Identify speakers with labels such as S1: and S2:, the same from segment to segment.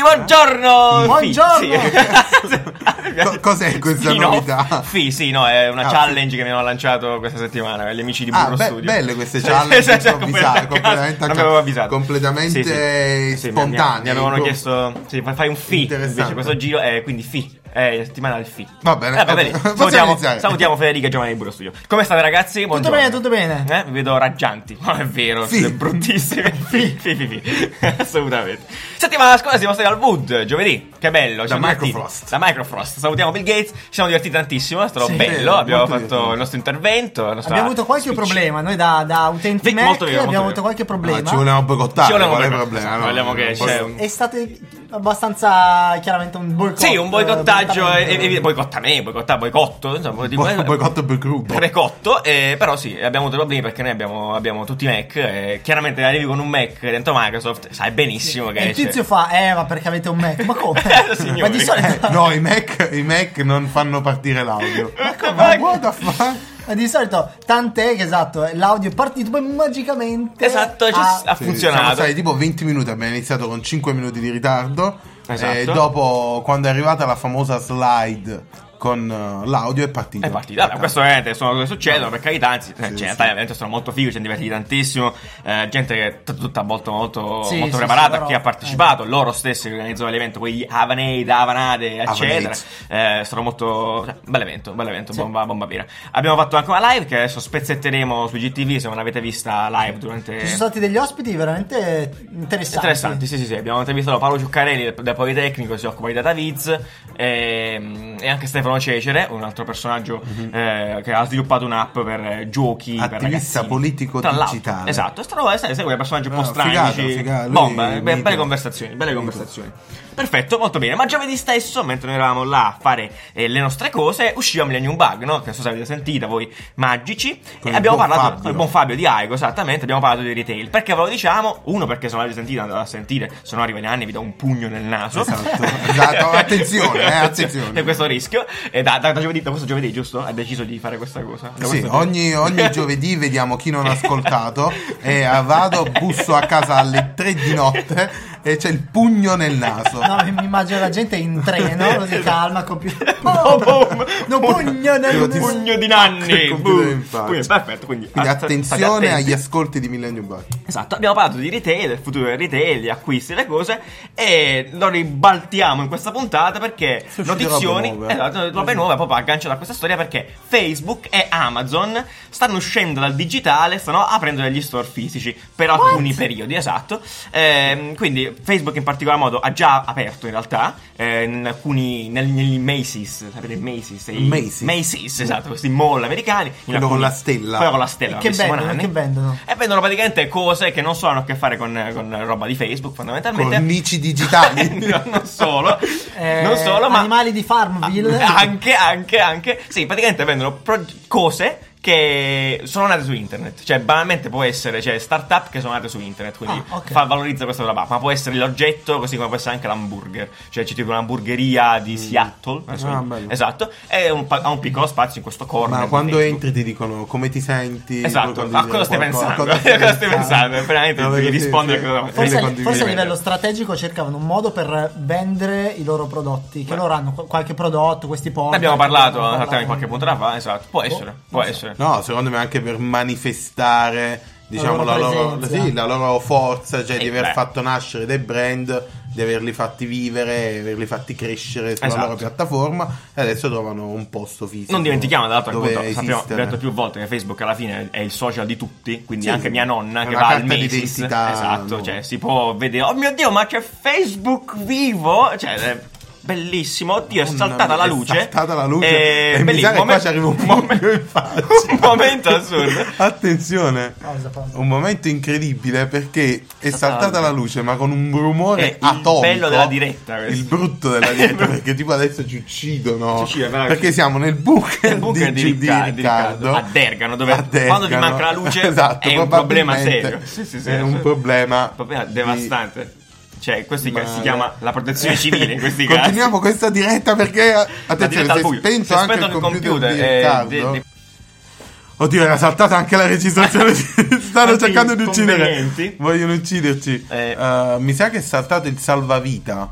S1: Buongiorno!
S2: Eh. Buongiorno!
S1: Sì.
S3: Co- cos'è questa
S1: Sì, no.
S3: novità?
S1: Sì, sì, no, è una
S3: Ah,
S1: challenge che mi hanno lanciato questa settimana gli amici di
S3: Ah,
S1: Burro
S3: beh,
S1: Studio.
S3: belle queste
S1: Sì,
S3: challenge
S1: sì, sì,
S3: improvvisate,
S1: a
S3: completamente
S1: caso.
S3: a
S1: Non
S3: ca-
S1: mi avevo avvisato.
S3: completamente
S1: Sì, mi- mi-
S3: spontanee.
S1: Mi avevano
S3: Impro-
S1: chiesto, sì, fai- fai un fi invece
S3: Interessante.
S1: questo giro, è quindi fi, è settimana del fi.
S3: Va bene,
S1: Eh, va
S3: ok.
S1: bene.
S3: Possiamo
S1: Salutiamo,
S3: iniziare.
S1: salutiamo Federica e Giovanni di Burro Studio. Come state ragazzi?
S2: Tutto
S1: Buongiorno.
S2: bene, tutto bene.
S1: Eh, vi vedo raggianti, non è vero,
S3: Sì.
S1: siete bruttissimi. Sì, sì, sì, sì. assolutamente. Settimana scorsa siamo stati al Wood, giovedì, che bello. ci siamo divertiti.
S3: Microfrost.
S1: Da Microfrost. Salutiamo Bill Gates, ci siamo divertiti tantissimo, è stato
S2: Sì,
S1: bello.
S3: molto
S1: Abbiamo fatto
S3: divertente.
S1: il nostro intervento. la nostra
S2: Abbiamo avuto qualche
S1: speech.
S2: problema, noi da, da utenti
S1: Sì,
S2: Mac
S1: molto Ah, vero, molto
S2: abbiamo
S1: vero.
S2: avuto qualche problema.
S3: No, Ah, ci volevamo boicottare,
S1: Ci volevamo
S3: qual è il
S1: boicottare,
S3: problema?
S1: esatto, vogliamo che
S3: posso-
S1: c'è un-
S2: È stato abbastanza chiaramente un boicott.
S1: Sì, un boicottaggio,
S2: eh,
S1: e, e, e- boicottamento, boicotta- boicotto, insomma, di
S3: bo- boicotto per gruppo.
S1: Precotto, eh, però sì, abbiamo avuto problemi perché noi abbiamo, abbiamo tutti i Mac. eh, chiaramente arrivi con un Mac dentro Microsoft, sai benissimo che
S2: E il
S1: c'è-
S2: tizio fa, eh, ma perché avete un Mac? Ma come?
S1: cioè. Eh, signori.
S2: ma di solito...
S3: Eh, no, i Mac, i Mac non fanno partire l'audio.
S1: Ma come?
S3: Ma what the fuck?
S2: ma di solito, tant'è che esatto, l'audio è partito poi magicamente.
S1: Esatto, ci-
S2: a-
S1: ha
S3: Sì, siamo
S1: funzionato.
S3: stati tipo 20 minuti, abbiamo iniziato con 5 minuti di ritardo.
S1: Esatto.
S3: E dopo, quando è arrivata la famosa slide con eh, l'audio, è partita.
S1: È partita. Allora, questo è, sono cose che succedono, per carità, anzi, eh,
S3: Sì,
S1: cioè,
S3: sì.
S1: in Italia veramente sono molto fighi, ci siamo divertiti tantissimo. eh, gente che è t- tutta molto, molto,
S2: Sì,
S1: molto
S2: sì,
S1: preparata,
S2: sì, però- eh.
S1: chi ha partecipato, loro stessi che organizzano l'evento, quegli Avanade, Avanade, eccetera. Eh, sono molto. Cioè, bel evento, bel evento, bomba, bomba vera. Abbiamo fatto anche una live che adesso spezzetteremo su GTV se non l'avete vista live durante.
S2: Ci sono stati degli ospiti veramente interessanti.
S1: Interessanti, sì, sì, sì. Abbiamo intervistato Paolo Ciuccarelli del, del Politecnico, si occupa di DataViz, ehm, e, anche Stefano Cecere, un altro personaggio
S3: Mhm.
S1: eh, che ha sviluppato un'app per eh, giochi. per
S3: Attivista
S1: ragazzini.
S3: politico
S1: Tra l'altro,
S3: digitale.
S1: Esatto, è stato, è stato- segue un personaggio un po'
S3: Ah,
S1: strano.
S3: figata,
S1: dici,
S3: figata, lui
S1: bomba, eh, be-
S3: mito.
S1: belle conversazioni, belle conversazioni. Perfetto, molto bene. Ma giovedì stesso, mentre noi eravamo là a fare eh, le nostre cose, usciva Millennium Bug, no? Che non so se avete sentita voi, magici.
S3: Con
S1: e
S3: il
S1: abbiamo
S3: buon
S1: parlato
S3: Fabio.
S1: con il buon Fabio di Aigo, esattamente, abbiamo parlato di retail. Perché ve lo diciamo? Uno, perché se non l'avete sentita andate a sentire, se no arriva in anni vi do un pugno nel naso.
S3: Esatto, esatto. Attenzione, eh, attenzione.
S1: C'è questo rischio. E da, da- da giovedì, da questo giovedì, giusto? Hai deciso di fare questa cosa. Da
S3: Sì,
S1: questo-
S3: ogni, ogni giovedì vediamo chi non ha ascoltato e eh, vado, busso a casa alle 3 di notte e c'è il pugno nel naso.
S2: No, mi mi immagino la gente in treno, così calma, con più...
S1: No, boh. boom.
S2: No, pugno nel-
S3: Io ti-
S1: Pugno di
S3: Che
S1: nanni.
S3: computer
S1: Boom.
S3: in faccia.
S1: Quindi, perfetto. Quindi,
S3: Quindi
S1: att-
S3: attenzione
S1: state attenti.
S3: agli ascolti di Millennium Bug.
S1: Esatto, abbiamo parlato di retail, del futuro del retail, di acquisti, le cose e lo ribaltiamo in questa puntata perché
S3: Sono uscite
S1: notizioni,
S3: robe nuove.
S1: esatto, robe nuove, proprio agganciate a questa storia perché Facebook e Amazon stanno uscendo dal digitale, stanno aprendo degli store fisici per alcuni periodi, esatto. Ehm, quindi Facebook in particolar modo ha già aperto in realtà eh, in alcuni nel- negli Macy's, sapete Macy's, i-
S3: Macy's.
S1: Macy's, esatto, questi mall americani, in
S3: Quello con
S1: alcuni-
S3: la stella.
S1: quello con la stella,
S2: Che
S1: bravissimo,
S2: vendono,
S1: Nanni.
S2: che vendono.
S1: E vendono praticamente cose che non so hanno a che fare con, con roba di Facebook, fondamentalmente.
S3: Cornici digitali.
S1: No, non solo,
S2: Eh,
S1: non solo, ma
S2: Animali di Farmville.
S1: Ah, anche, anche, anche. Sì, praticamente vendono pro- cose che sono nate su internet. Cioè, banalmente può essere, cioè, startup che sono nate su internet. Quindi
S2: Ah, ok.
S1: fa- valorizza questa roba. Ma può essere l'oggetto, così come può essere anche l'hamburger. Cioè, c'è tipo un'hamburgeria di Seattle. adesso-
S3: Mm. Ah, bello.
S1: esatto. E un pa- ha un piccolo spazio in questo corner.
S3: Ma
S1: di
S3: quando
S1: Facebook.
S3: entri ti dicono come ti senti.
S1: Esatto,
S3: vuoi
S1: a cosa stai
S3: condividere
S1: pensando?
S3: qualcosa?
S1: A cosa stai pensando? Veramente
S3: No,
S1: devi
S3: perché sì,
S1: rispondere
S3: sì.
S1: a cosa-
S3: Delle
S2: Forse,
S3: condivisioni.
S2: forse a
S1: condivide.
S2: livello strategico cercavano un modo per vendere i loro prodotti. Che
S1: Beh.
S2: loro hanno qu- qualche prodotto, questi porti.
S1: Ne abbiamo parlato
S2: abbiamo
S1: esattamente
S2: parlato.
S1: qualche punto da fa, esatto. Può essere,
S3: Oh,
S1: può essere.
S3: No, secondo me anche per manifestare diciamo,
S2: La
S3: la,
S2: loro
S3: loro,
S2: presenza.
S3: sì, la loro forza, cioè
S1: Sì,
S3: di aver
S1: Eh, beh.
S3: fatto nascere dei brand, di averli fatti vivere, averli fatti crescere sulla
S1: Esatto.
S3: loro piattaforma e adesso trovano un posto fisico.
S1: Non dimentichiamo, tra l'altro,
S3: dove
S1: appunto, sappiamo,
S3: esistere.
S1: abbiamo detto più volte che Facebook alla fine è il social di tutti, quindi
S3: Sì,
S1: anche
S3: sì.
S1: mia nonna
S3: È
S1: che
S3: una
S1: va al
S3: carta
S1: Macy's,
S3: d'identità,
S1: esatto,
S3: no.
S1: cioè si può vedere, oh mio Dio, ma c'è Facebook vivo, cioè è bellissimo, oddio, è
S3: Madonna
S1: saltata
S3: mia,
S1: la
S3: è
S1: luce. Eh,
S3: saltata la luce. E mi
S1: bellissimo,
S3: sa che qua ci arriva un pugno in faccia.
S1: un momento assurdo.
S3: Attenzione,
S2: Pausa, pausa.
S3: un momento incredibile perché è
S1: saltata
S3: saltata la luce, ma con un rumore
S1: È il
S3: atomico.
S1: bello della diretta, questo.
S3: Il brutto della diretta, perché tipo adesso ci uccidono.
S1: Ci uccidono, però-
S3: perché siamo nel bunker,
S1: Nel bunker di
S3: di, G-
S1: Riccardo,
S3: di Riccardo.
S1: a Dergano, dove-
S3: A
S1: quando ti manca la luce
S3: Esatto,
S1: è un problema
S3: probabilmente
S1: serio. Sì, sì, sì,
S3: è un
S1: sì.
S3: problema,
S1: Proprio
S3: di-
S1: devastante. Cioè, questo
S3: Ma-
S1: si chiama la protezione civile in questi casi.
S3: Continuiamo questa diretta perché attenzione,
S1: diretta al
S3: se
S1: buio.
S3: spento
S1: Se
S3: anche il
S1: spento il
S3: computer, di
S1: computer, eh,
S3: Riccardo.
S1: di- di-
S3: Oddio, era saltata anche la registrazione. Ci Stanno
S1: Tanti
S3: cercando di uccidere.
S1: inconvenienti.
S3: Vogliono ucciderci.
S1: Eh.
S3: Eh, mi sa che è saltato il salvavita.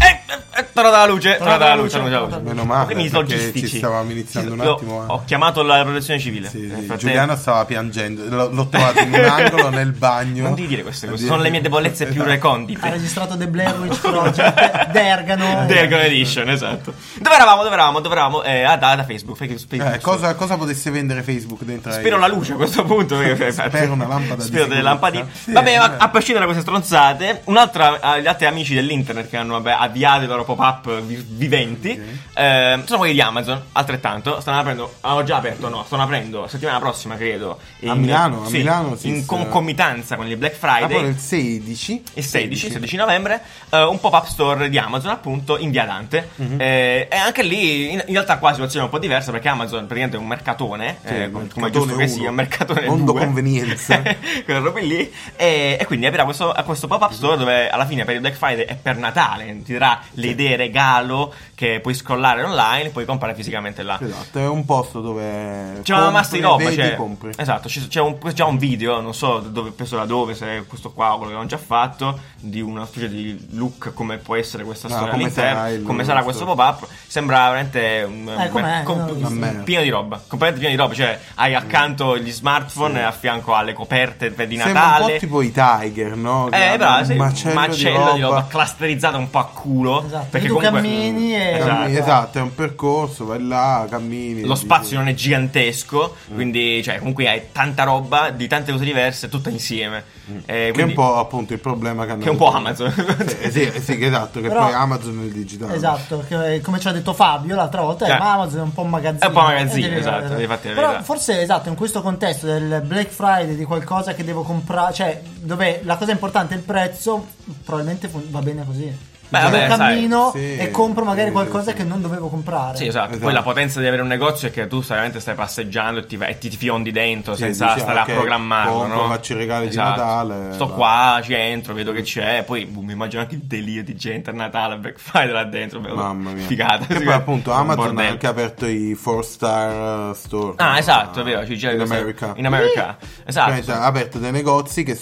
S1: Eh, Tornata la luce, tornata la luce, tornata la luce.
S3: Meno male,
S1: Problemi
S3: perché
S1: logistici.
S3: ci stavamo iniziando un
S1: Io
S3: attimo a-
S1: Ho chiamato la protezione civile.
S3: Sì,
S1: Nel
S3: sì,
S1: frattempo-
S3: Giuliano stava piangendo, L- l'ho trovato in un angolo nel bagno.
S1: Non devi dire queste cose,
S3: Addio.
S1: sono le mie debolezze più
S3: Esatto.
S2: Ha
S1: recondite.
S2: registrato The Blair Witch Project, Dergano.
S1: Dergon Edition, esatto. Dove eravamo? Dove eravamo? Dove eravamo? Eh, ah, da, da Facebook. Facebook, Facebook.
S3: Eh, cosa, cosa potesse vendere Facebook dentro? ai-
S1: Spero la luce a questo punto. perché-
S3: Spero una lampada di
S1: Spero delle
S3: sicurezza.
S1: lampadine.
S3: Sì,
S1: vabbè, ma
S3: eh.
S1: a prescindere da queste stronzate, un'altra, eh, gli altri amici dell'internet che hanno vabbè, avviato i loro pop-up vi- viventi ehm, sono quelli di Amazon. Altrettanto, stanno aprendo. Hanno già aperto, no? Stanno aprendo settimana prossima, credo.
S3: A Milano, a
S1: sì,
S3: Milano, sì,
S1: in
S3: sì.
S1: concomitanza con il Black
S3: Ah, poi
S1: Friday.
S3: il 16.
S1: Il 16, 16 novembre, eh, un pop-up store di Amazon, appunto, in via Dante.
S3: Mhm.
S1: Eh, e anche lì, in, in realtà, qua la situazione è un po' diversa perché Amazon praticamente è un mercatone,
S3: Sì,
S1: eh,
S3: un
S1: come- come
S3: mercatone
S1: è giusto che
S3: uno.
S1: sia, un mercatone
S3: Mondo
S1: due.
S3: convenienza.
S1: Quelle robe lì. E, e quindi aprirà questo, a questo pop-up store
S3: Mhm.
S1: dove alla fine per il Black Friday è per Natale, ti darà le idee regalo che puoi scrollare online, puoi comprare fisicamente là.
S3: Esatto, è un posto dove
S1: C'è una massa di roba.
S3: vedi,
S1: C'è,
S3: compri.
S1: esatto, c'è, c'è un, già un video, non so dove, penso da dove, se è questo qua o quello che hanno già fatto, di una specie di look come può essere questa
S3: Ah,
S1: storia
S3: come
S1: all'interno,
S3: sarà il-
S1: come sarà questo pop-up. Sembra veramente un,
S2: Eh, com'è?
S1: com-
S2: Non l'ho
S3: visto. Vabbè. Mm.
S1: pieno di roba, completamente pieno di roba. Cioè, hai accanto gli smartphone e a fianco alle coperte per- di
S3: Sembra un
S1: Natale.
S3: po' tipo i Tiger, no? Che
S1: eh,
S3: hanno
S1: bravo,
S3: un
S1: sì, un macello, di roba clusterizzata un po' a culo.
S2: Esatto,
S1: Perché
S2: tu
S1: comunque-
S2: cammini e-
S3: Cammini,
S2: Esatto.
S3: esatto, è un percorso, vai là, cammini.
S1: Lo
S3: dici-
S1: spazio non è gigantesco,
S3: Mm.
S1: quindi cioè, comunque hai tanta roba di tante cose diverse, tutta insieme. Eh,
S3: Mm. Che è un
S1: quindi-
S3: po' appunto il problema che hanno.
S1: che è un po'
S3: avuto.
S1: Amazon.
S3: Eh, sì, eh, sì, che esatto, che
S2: Però-
S3: poi Amazon è il digitale.
S2: Esatto, che- come ci ha detto Fabio l'altra volta,
S1: Ah, Cioè,
S2: eh, ma Amazon è un po' un magazzino.
S1: è un po' un magazzino,
S2: Eh, devi-
S1: esatto, devi farti la
S2: Però
S1: verità.
S2: forse esatto, in questo contesto del Black Friday, di qualcosa che devo comprare, cioè dove la cosa importante è il prezzo, probabilmente fun- va bene così.
S1: Beh,
S2: Cioè,
S1: vabbè,
S2: io
S1: sai,
S2: cammino
S3: sì,
S2: e compro magari
S3: sì,
S2: qualcosa
S3: sì.
S2: che non dovevo comprare.
S1: Sì, esatto.
S3: Esatto.
S1: Poi la potenza di avere un negozio è che tu stai- veramente stai passeggiando e ti, e ti- ti fiondi dentro
S3: Sì,
S1: senza
S3: dici,
S1: stare
S3: ok,
S1: a programmarlo.
S3: compro,
S1: no? Esatto.
S3: faccio i regali di Natale,
S1: Sto
S3: va.
S1: qua, ci entro, vedo che c'è. Poi boh, mi immagino anche il delirio di gente a Natale, Black Friday là dentro. bello,
S3: Mamma mia.
S1: Figata.
S3: E
S1: Sì,
S3: poi appunto
S1: un
S3: Amazon ha
S1: bordello.
S3: anche aperto i 4 star eh, store.
S1: Ah,
S3: no?
S1: esatto, è vero. C'è già
S3: in
S1: questa-
S3: America.
S1: In America. Esatto.
S3: Praticamente Ha aperto Cioè, dei negozi che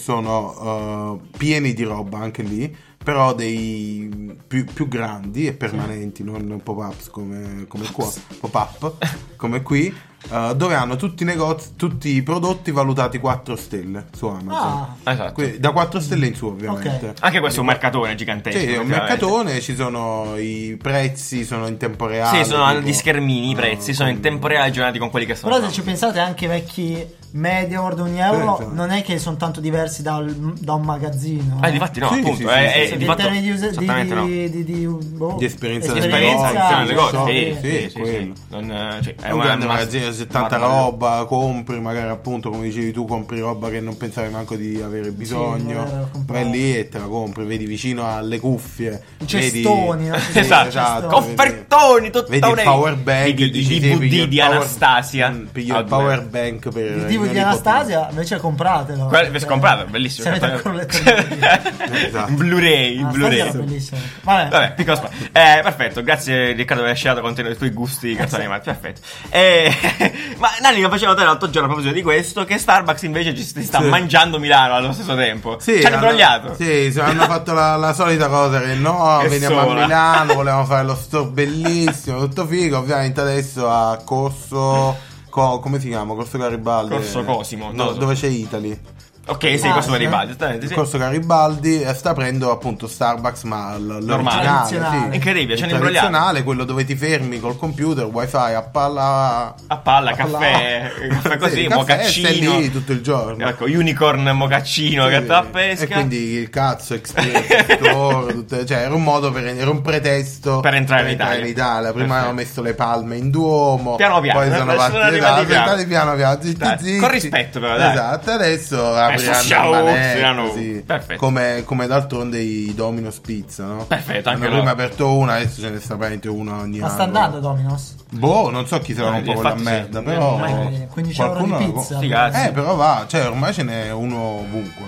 S3: sono eh, pieni di roba anche lì, però dei più, più grandi e permanenti, non pop-ups come, come qua, pop-up come qui, eh, dove hanno tutti i negozi, tutti i prodotti valutati 4 stelle su Amazon.
S1: Ah, esatto.
S3: Que- da 4 stelle in su, ovviamente.
S1: Anche questo è un mercatone gigantesco.
S3: Sì, è un
S1: Ah, effettivamente.
S3: mercatone, ci sono i prezzi, sono in tempo reale.
S1: Sì, sono
S3: tipo-
S1: di schermini i prezzi, sono in
S3: con-
S1: tempo reale aggiornati con quelli che sono.
S2: Però se ci pensate anche i vecchi media order di un euro
S3: Sì, esatto.
S2: non è che sono tanto diversi dal- da un magazzino.
S1: Eh, di fatti no,
S3: Sì,
S1: appunto.
S3: sì, sì,
S1: eh,
S3: sì,
S1: eh,
S3: sì.
S1: di
S2: in
S1: fatto-
S2: termini di, usa- di,
S1: esattamente no.
S2: di, di, di- boh, cioè,
S3: Di esperienza del
S1: Esperienza
S3: negozio,
S1: all'interno del
S3: sì,
S1: negozio,
S3: sì,
S1: sì, sì,
S3: sì,
S1: sì,
S3: quello.
S1: sì. Non, eh, cioè,
S3: È un grande
S1: una-
S3: magazzino, c'è tanta
S1: una-
S3: roba, compri magari appunto come dicevi tu, compri roba che non pensavi manco di avere
S2: di
S3: bisogno,
S2: voler comprare.
S3: vai lì e te la compri, vedi vicino alle cuffie,
S2: I
S3: vedi-
S2: cestoni, no?
S3: Sì,
S1: Esatto.
S3: esatto,
S1: Offertoni, tutta
S3: vedi
S1: una-
S3: il power bank,
S1: Vedi i
S3: dici, sì,
S1: DVD
S3: piglio il
S1: di
S3: power-
S1: Anastasia.
S3: Mm, piglio
S1: Ah,
S3: il
S1: due.
S3: power bank per
S1: Eh,
S2: il
S3: mio
S2: DVD di
S3: nipote.
S2: Anastasia invece compratelo
S1: Guarda, vi scomprate, bellissimo.
S2: Eh, se avete ancora le televisioni.
S3: Esatto.
S1: Blu-ray,
S2: Anastasia era
S1: Blu-ray.
S2: bellissimo vabbè,
S1: Vabbè, piccolo spazio. Eh, perfetto, grazie Riccardo per aver scelto contenuto i tuoi gusti di cartoni animati, perfetto. Eh, ma Nani lo faceva notare l'altro giorno a proposito di questo, che Starbucks invece ci si sta
S3: Sì.
S1: mangiando Milano allo stesso tempo.
S3: Sì,
S1: ci hanno imbrogliato.
S3: Sì, sì, hanno fatto la, la solita cosa che no,
S1: Che
S3: veniamo
S1: sola.
S3: a Milano, volevamo fare lo store bellissimo, tutto figo. Ovviamente adesso a Corso. co- come si chiama? Corso Garibaldi.
S1: Corso Cosimo, non
S3: No,
S1: lo so.
S3: dove c'è Italy.
S1: Ok, sì,
S2: Ah,
S1: questo
S2: sì.
S1: per i baldi, esattamente,
S3: Il
S1: sì.
S3: Corso Garibaldi eh, sta aprendo appunto Starbucks, ma l- l'originale.
S2: Tradizionale.
S3: Sì.
S1: Incredibile,
S3: Il
S1: ci hanno imbrogliato.
S3: tradizionale, quello dove ti fermi col computer, wifi a palla.
S1: A palla, caffè, eh, caffè così,
S3: il caffè,
S1: mocaccino.
S3: stai lì tutto il giorno.
S1: Ecco, unicorn, mocaccino,
S3: Sì,
S1: gatta a pesca.
S3: E quindi il cazzo, Experience Store, tutte- cioè era un modo per era un pretesto
S1: Per entrare in Italia.
S3: Prima
S1: Perfetto.
S3: avevano messo le palme in Duomo,
S1: Piano piano,
S3: poi sono
S1: sono
S3: partiti
S1: arrivati
S3: esatto,
S1: piano.
S3: sono arrivati piano piano, zitti
S1: Dai,
S3: zitti.
S1: con rispetto però, dai.
S3: Esatto, adesso
S1: ciao,
S3: apriranno il
S1: Siano.
S3: manetto, sì.
S1: Perfetto.
S3: come, come d'altronde i Domino's Pizza, no?
S1: Perfetto, anche
S3: Hanno
S1: loro.
S3: prima aperto una, adesso ce ne sta veramente una ogni
S2: ma
S3: anno.
S2: sta andando Dominos
S3: Boh, non so chi se la
S1: Eh,
S3: rompa quella
S1: infatti sì.
S3: merda, però...
S2: Eh, 15 euro di
S3: qualcuno la-
S2: pizza
S1: Sì, cazzo.
S3: Eh, però va, cioè ormai ce n'è uno ovunque.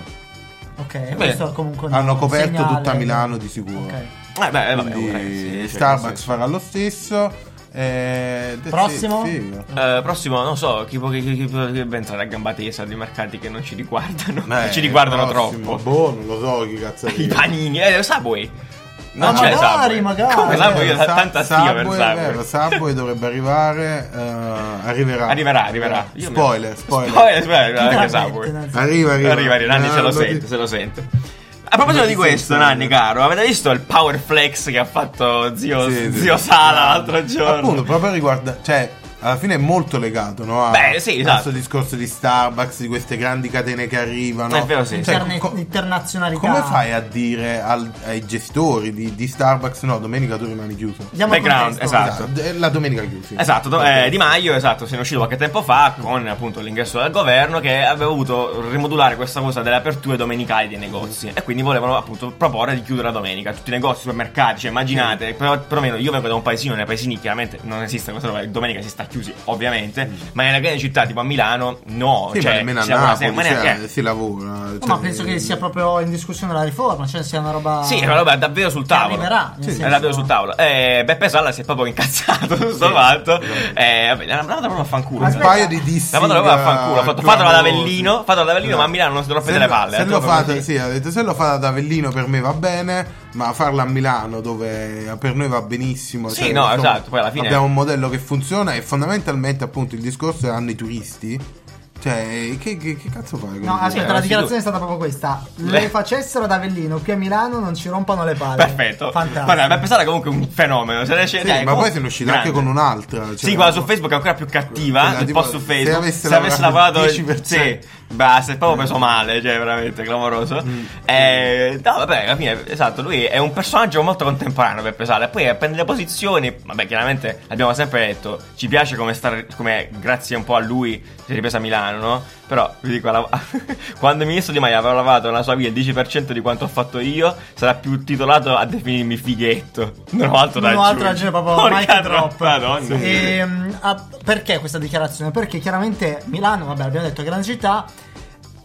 S2: ok questo è comunque un
S3: hanno coperto
S2: segnale.
S3: tutta Milano di sicuro.
S2: Ok.
S1: Eh, beh, eh, vabbè,
S3: Quindi
S1: ok, sì, sì,
S3: Starbucks
S1: sì.
S3: farà lo stesso. eh, that's it,
S2: Prossimo?
S3: figo.
S1: Eh, prossimo, non so, chi può, chi, chi- chi può entrare a gamba tesa di mercati che non ci riguardano,
S3: Eh,
S1: ci riguardano
S3: prossimo,
S1: troppo.
S3: Boh, non lo so chi cazzo
S1: I
S3: è.
S1: panini, eh, Subway. Non
S2: Ma
S1: c'è
S2: magari,
S1: Subway.
S2: magari.
S1: Come
S2: Eh,
S1: Subway? Io ho
S3: Sa-
S1: tanta stima per
S3: Subway, è vero,
S1: Subway.
S3: Subway dovrebbe arrivare. eh, arriverà.
S1: Arriverà, arriverà. Io mi-
S3: Spoiler, spoiler.
S1: Spoiler, spoiler,
S2: Chi te la
S1: anche
S2: mette,
S1: Subway.
S2: Nanzi?
S3: Arriva, arriva.
S1: Arriva, arriva, Nanni se lo
S3: Eh,
S1: sente,
S3: ti-
S1: se lo sente. A proposito di
S3: ti
S1: questo,
S3: sento.
S1: Nanni, caro, avete visto il power flex che ha fatto zio,
S3: Sì, sì. Ah,
S1: zio Sala l'altro giorno?
S3: Appunto, proprio riguarda. Cioè, alla fine è molto legato, no? A
S1: Beh, sì, esatto.
S3: a questo discorso di Starbucks, di queste grandi catene che arrivano.
S1: È vero, sì.
S3: Cioè,
S2: Interne-
S3: co-
S2: internazionalità.
S3: come fai a dire al- ai gestori di, di Starbucks? No, domenica tu rimani chiuso.
S2: Diamo
S1: Background,
S2: contesto.
S1: esatto.
S3: d- la domenica chiusi.
S1: Esatto, do- eh, Di Maio, esatto, se ne è uscito qualche tempo fa con appunto l'ingresso del governo che aveva dovuto rimodulare questa cosa delle aperture domenicali dei negozi e quindi volevano appunto proporre di chiudere la domenica tutti i negozi, supermercati, cioè immaginate, però, perlomeno io vengo da un paesino, nei paesini chiaramente non esiste questa roba, domenica si sta chiusi ovviamente, ma nella grande città tipo a Milano no,
S3: Mm. Sì,
S1: cioè eh.
S3: ma nemmeno a
S1: si lavora
S3: Napoli
S1: sempre, ma neanche-
S3: cioè, si lavora.
S2: No,
S3: cioè-
S2: ma penso che sia proprio in discussione la riforma, cioè sia una roba...
S1: Sì, è una roba davvero sul
S2: Che
S1: tavolo.
S2: arriverà, nel
S1: Sì,
S2: senso-
S1: è davvero sul tavolo. Eh, Beppe Sala si è proprio incazzato su sto fatto. Eh, vabbè, l'ha l'ha mandato proprio a fanculo.
S3: un
S2: Aspetta.
S3: paio di eh, dissi
S1: La fatela proprio a fanculo, ha fatto, fatelo ad
S3: clamorosi.
S1: Avellino, fatelo ad Avellino, ma a Milano non si rompete
S3: Se
S1: le
S3: lo-
S1: palle,
S3: Se
S1: eh,
S3: lo,
S1: proprio
S3: fate,
S1: così.
S3: sì, ha detto, se lo fate ad Avellino per me va bene, ma farla a Milano dove eh, per noi va benissimo. cioè,
S1: Sì, no, esatto, poi alla fine-
S3: Abbiamo un modello che funziona e fondamentalmente appunto il discorso è hanno i turisti. Cioè, che, che- che cazzo fai? con
S2: No,
S3: i turisti?
S2: aspetta, la dichiarazione è stata proprio questa. Le
S1: Beh.
S2: facessero ad Avellino, qui a Milano non ci rompano le palle.
S1: Perfetto. Guarda,
S2: Fantastico.
S1: Beppe Sala è comunque un fenomeno. Se ne esce-
S3: Sì,
S1: dai,
S3: ma
S1: comunque
S3: poi se ne è uscita
S1: grande.
S3: anche con un'altra. cioè-
S1: Sì, quella su Facebook è ancora più cattiva
S3: Quella,
S1: del
S3: tipo,
S1: post su
S3: se
S1: Facebook.
S3: avesse
S1: se avesse
S3: lavorato
S1: lavorato
S3: il
S1: il
S3: 10%.
S1: Sì, bah, si è proprio preso male, cioè veramente clamoroso.
S2: Mm.
S1: Eh, no, vabbè, alla fine, esatto, lui è un personaggio molto contemporaneo per pesare. Poi eh, prende le posizioni, vabbè, chiaramente abbiamo sempre detto, ci piace come stare, come grazie un po' a lui si è ripresa a Milano, no? Però vi dico, alla- quando il ministro Di Maio avrà lavato nella sua via il 10% di quanto ho fatto io, sarà più titolato a definirmi fighetto. Non ho altro da
S2: Non ho altro
S1: aggiungere.
S2: da aggiungere, proprio
S1: Porca
S2: Mike
S1: tro- Ah,
S2: Drop.
S1: Madonna.
S2: Ehm, a- perché questa dichiarazione? Perché chiaramente Milano, vabbè, abbiamo detto grande città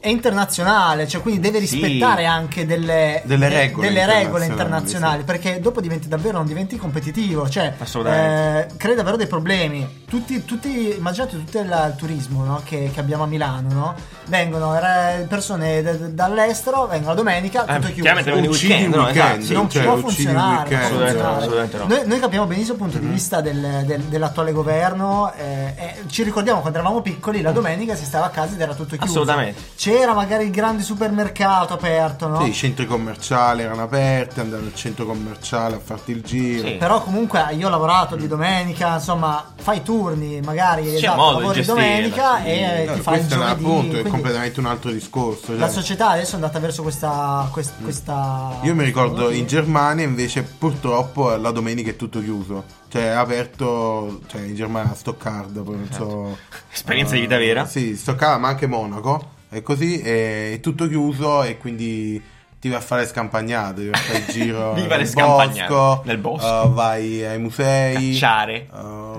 S2: è internazionale, cioè quindi deve
S1: Sì.
S2: rispettare anche delle,
S3: Delle regole
S2: delle regole
S3: internazionali,
S2: internazionali,
S3: sì.
S2: perché dopo diventi davvero non diventi competitivo, cioè
S1: Assolutamente.
S2: eh, crei davvero dei problemi. Tutti, tutti immaginate tutto il, il turismo no? che, che abbiamo a Milano, no? Vengono eh, persone d- dall'estero, vengono la domenica, tutto
S1: Eh,
S2: chiuso.
S1: chiaramente vengono i
S3: Uccidi
S1: weekend, no,
S3: weekend.
S1: esatto, sì.
S2: non
S3: cioè,
S2: può
S3: uccidi il
S2: funzionare, non
S3: weekend. Mm-hmm.
S2: può
S1: Assolutamente no,
S2: funzionare.
S1: assolutamente no.
S2: Noi, noi capiamo benissimo il punto di vista del- del- dell'attuale governo eh, eh, ci ricordiamo quando eravamo piccoli
S3: Mm.
S2: la domenica si stava a casa ed era tutto chiuso
S1: Assolutamente.
S2: c'era magari il grande supermercato aperto no?
S3: Sì, i centri commerciali erano aperti, andavi al centro commerciale a farti il giro.
S1: Sì.
S2: Però comunque io ho lavorato
S3: Mm.
S2: di domenica, insomma, fai turni, magari
S1: C'è
S2: esatto,
S1: modo di
S2: lavori
S1: gestirla,
S2: domenica
S1: sì.
S2: e eh,
S3: No,
S2: ti fai il
S3: questo è un
S2: giovedì.
S3: appunto, è
S2: quindi
S3: completamente un altro discorso.
S2: la
S3: cioè.
S2: società adesso è andata verso questa, quest- questa-
S3: Mm. Io mi ricordo
S2: questa-
S3: in Germania invece purtroppo eh, la domenica è tutto chiuso, cioè è aperto, cioè in Germania a Stoccarda, poi non so...
S1: Certo. Esperienza
S3: eh,
S1: di vita vera.
S3: Sì, Stoccarda ma anche Monaco, è così, è, è tutto chiuso e quindi ti vai a fare scampagnate, ti vai a fare il giro
S1: Vi fare
S3: nel
S1: scampagnate,
S3: bosco,
S1: nel bosco.
S3: eh, vai ai musei,
S1: Cacciare.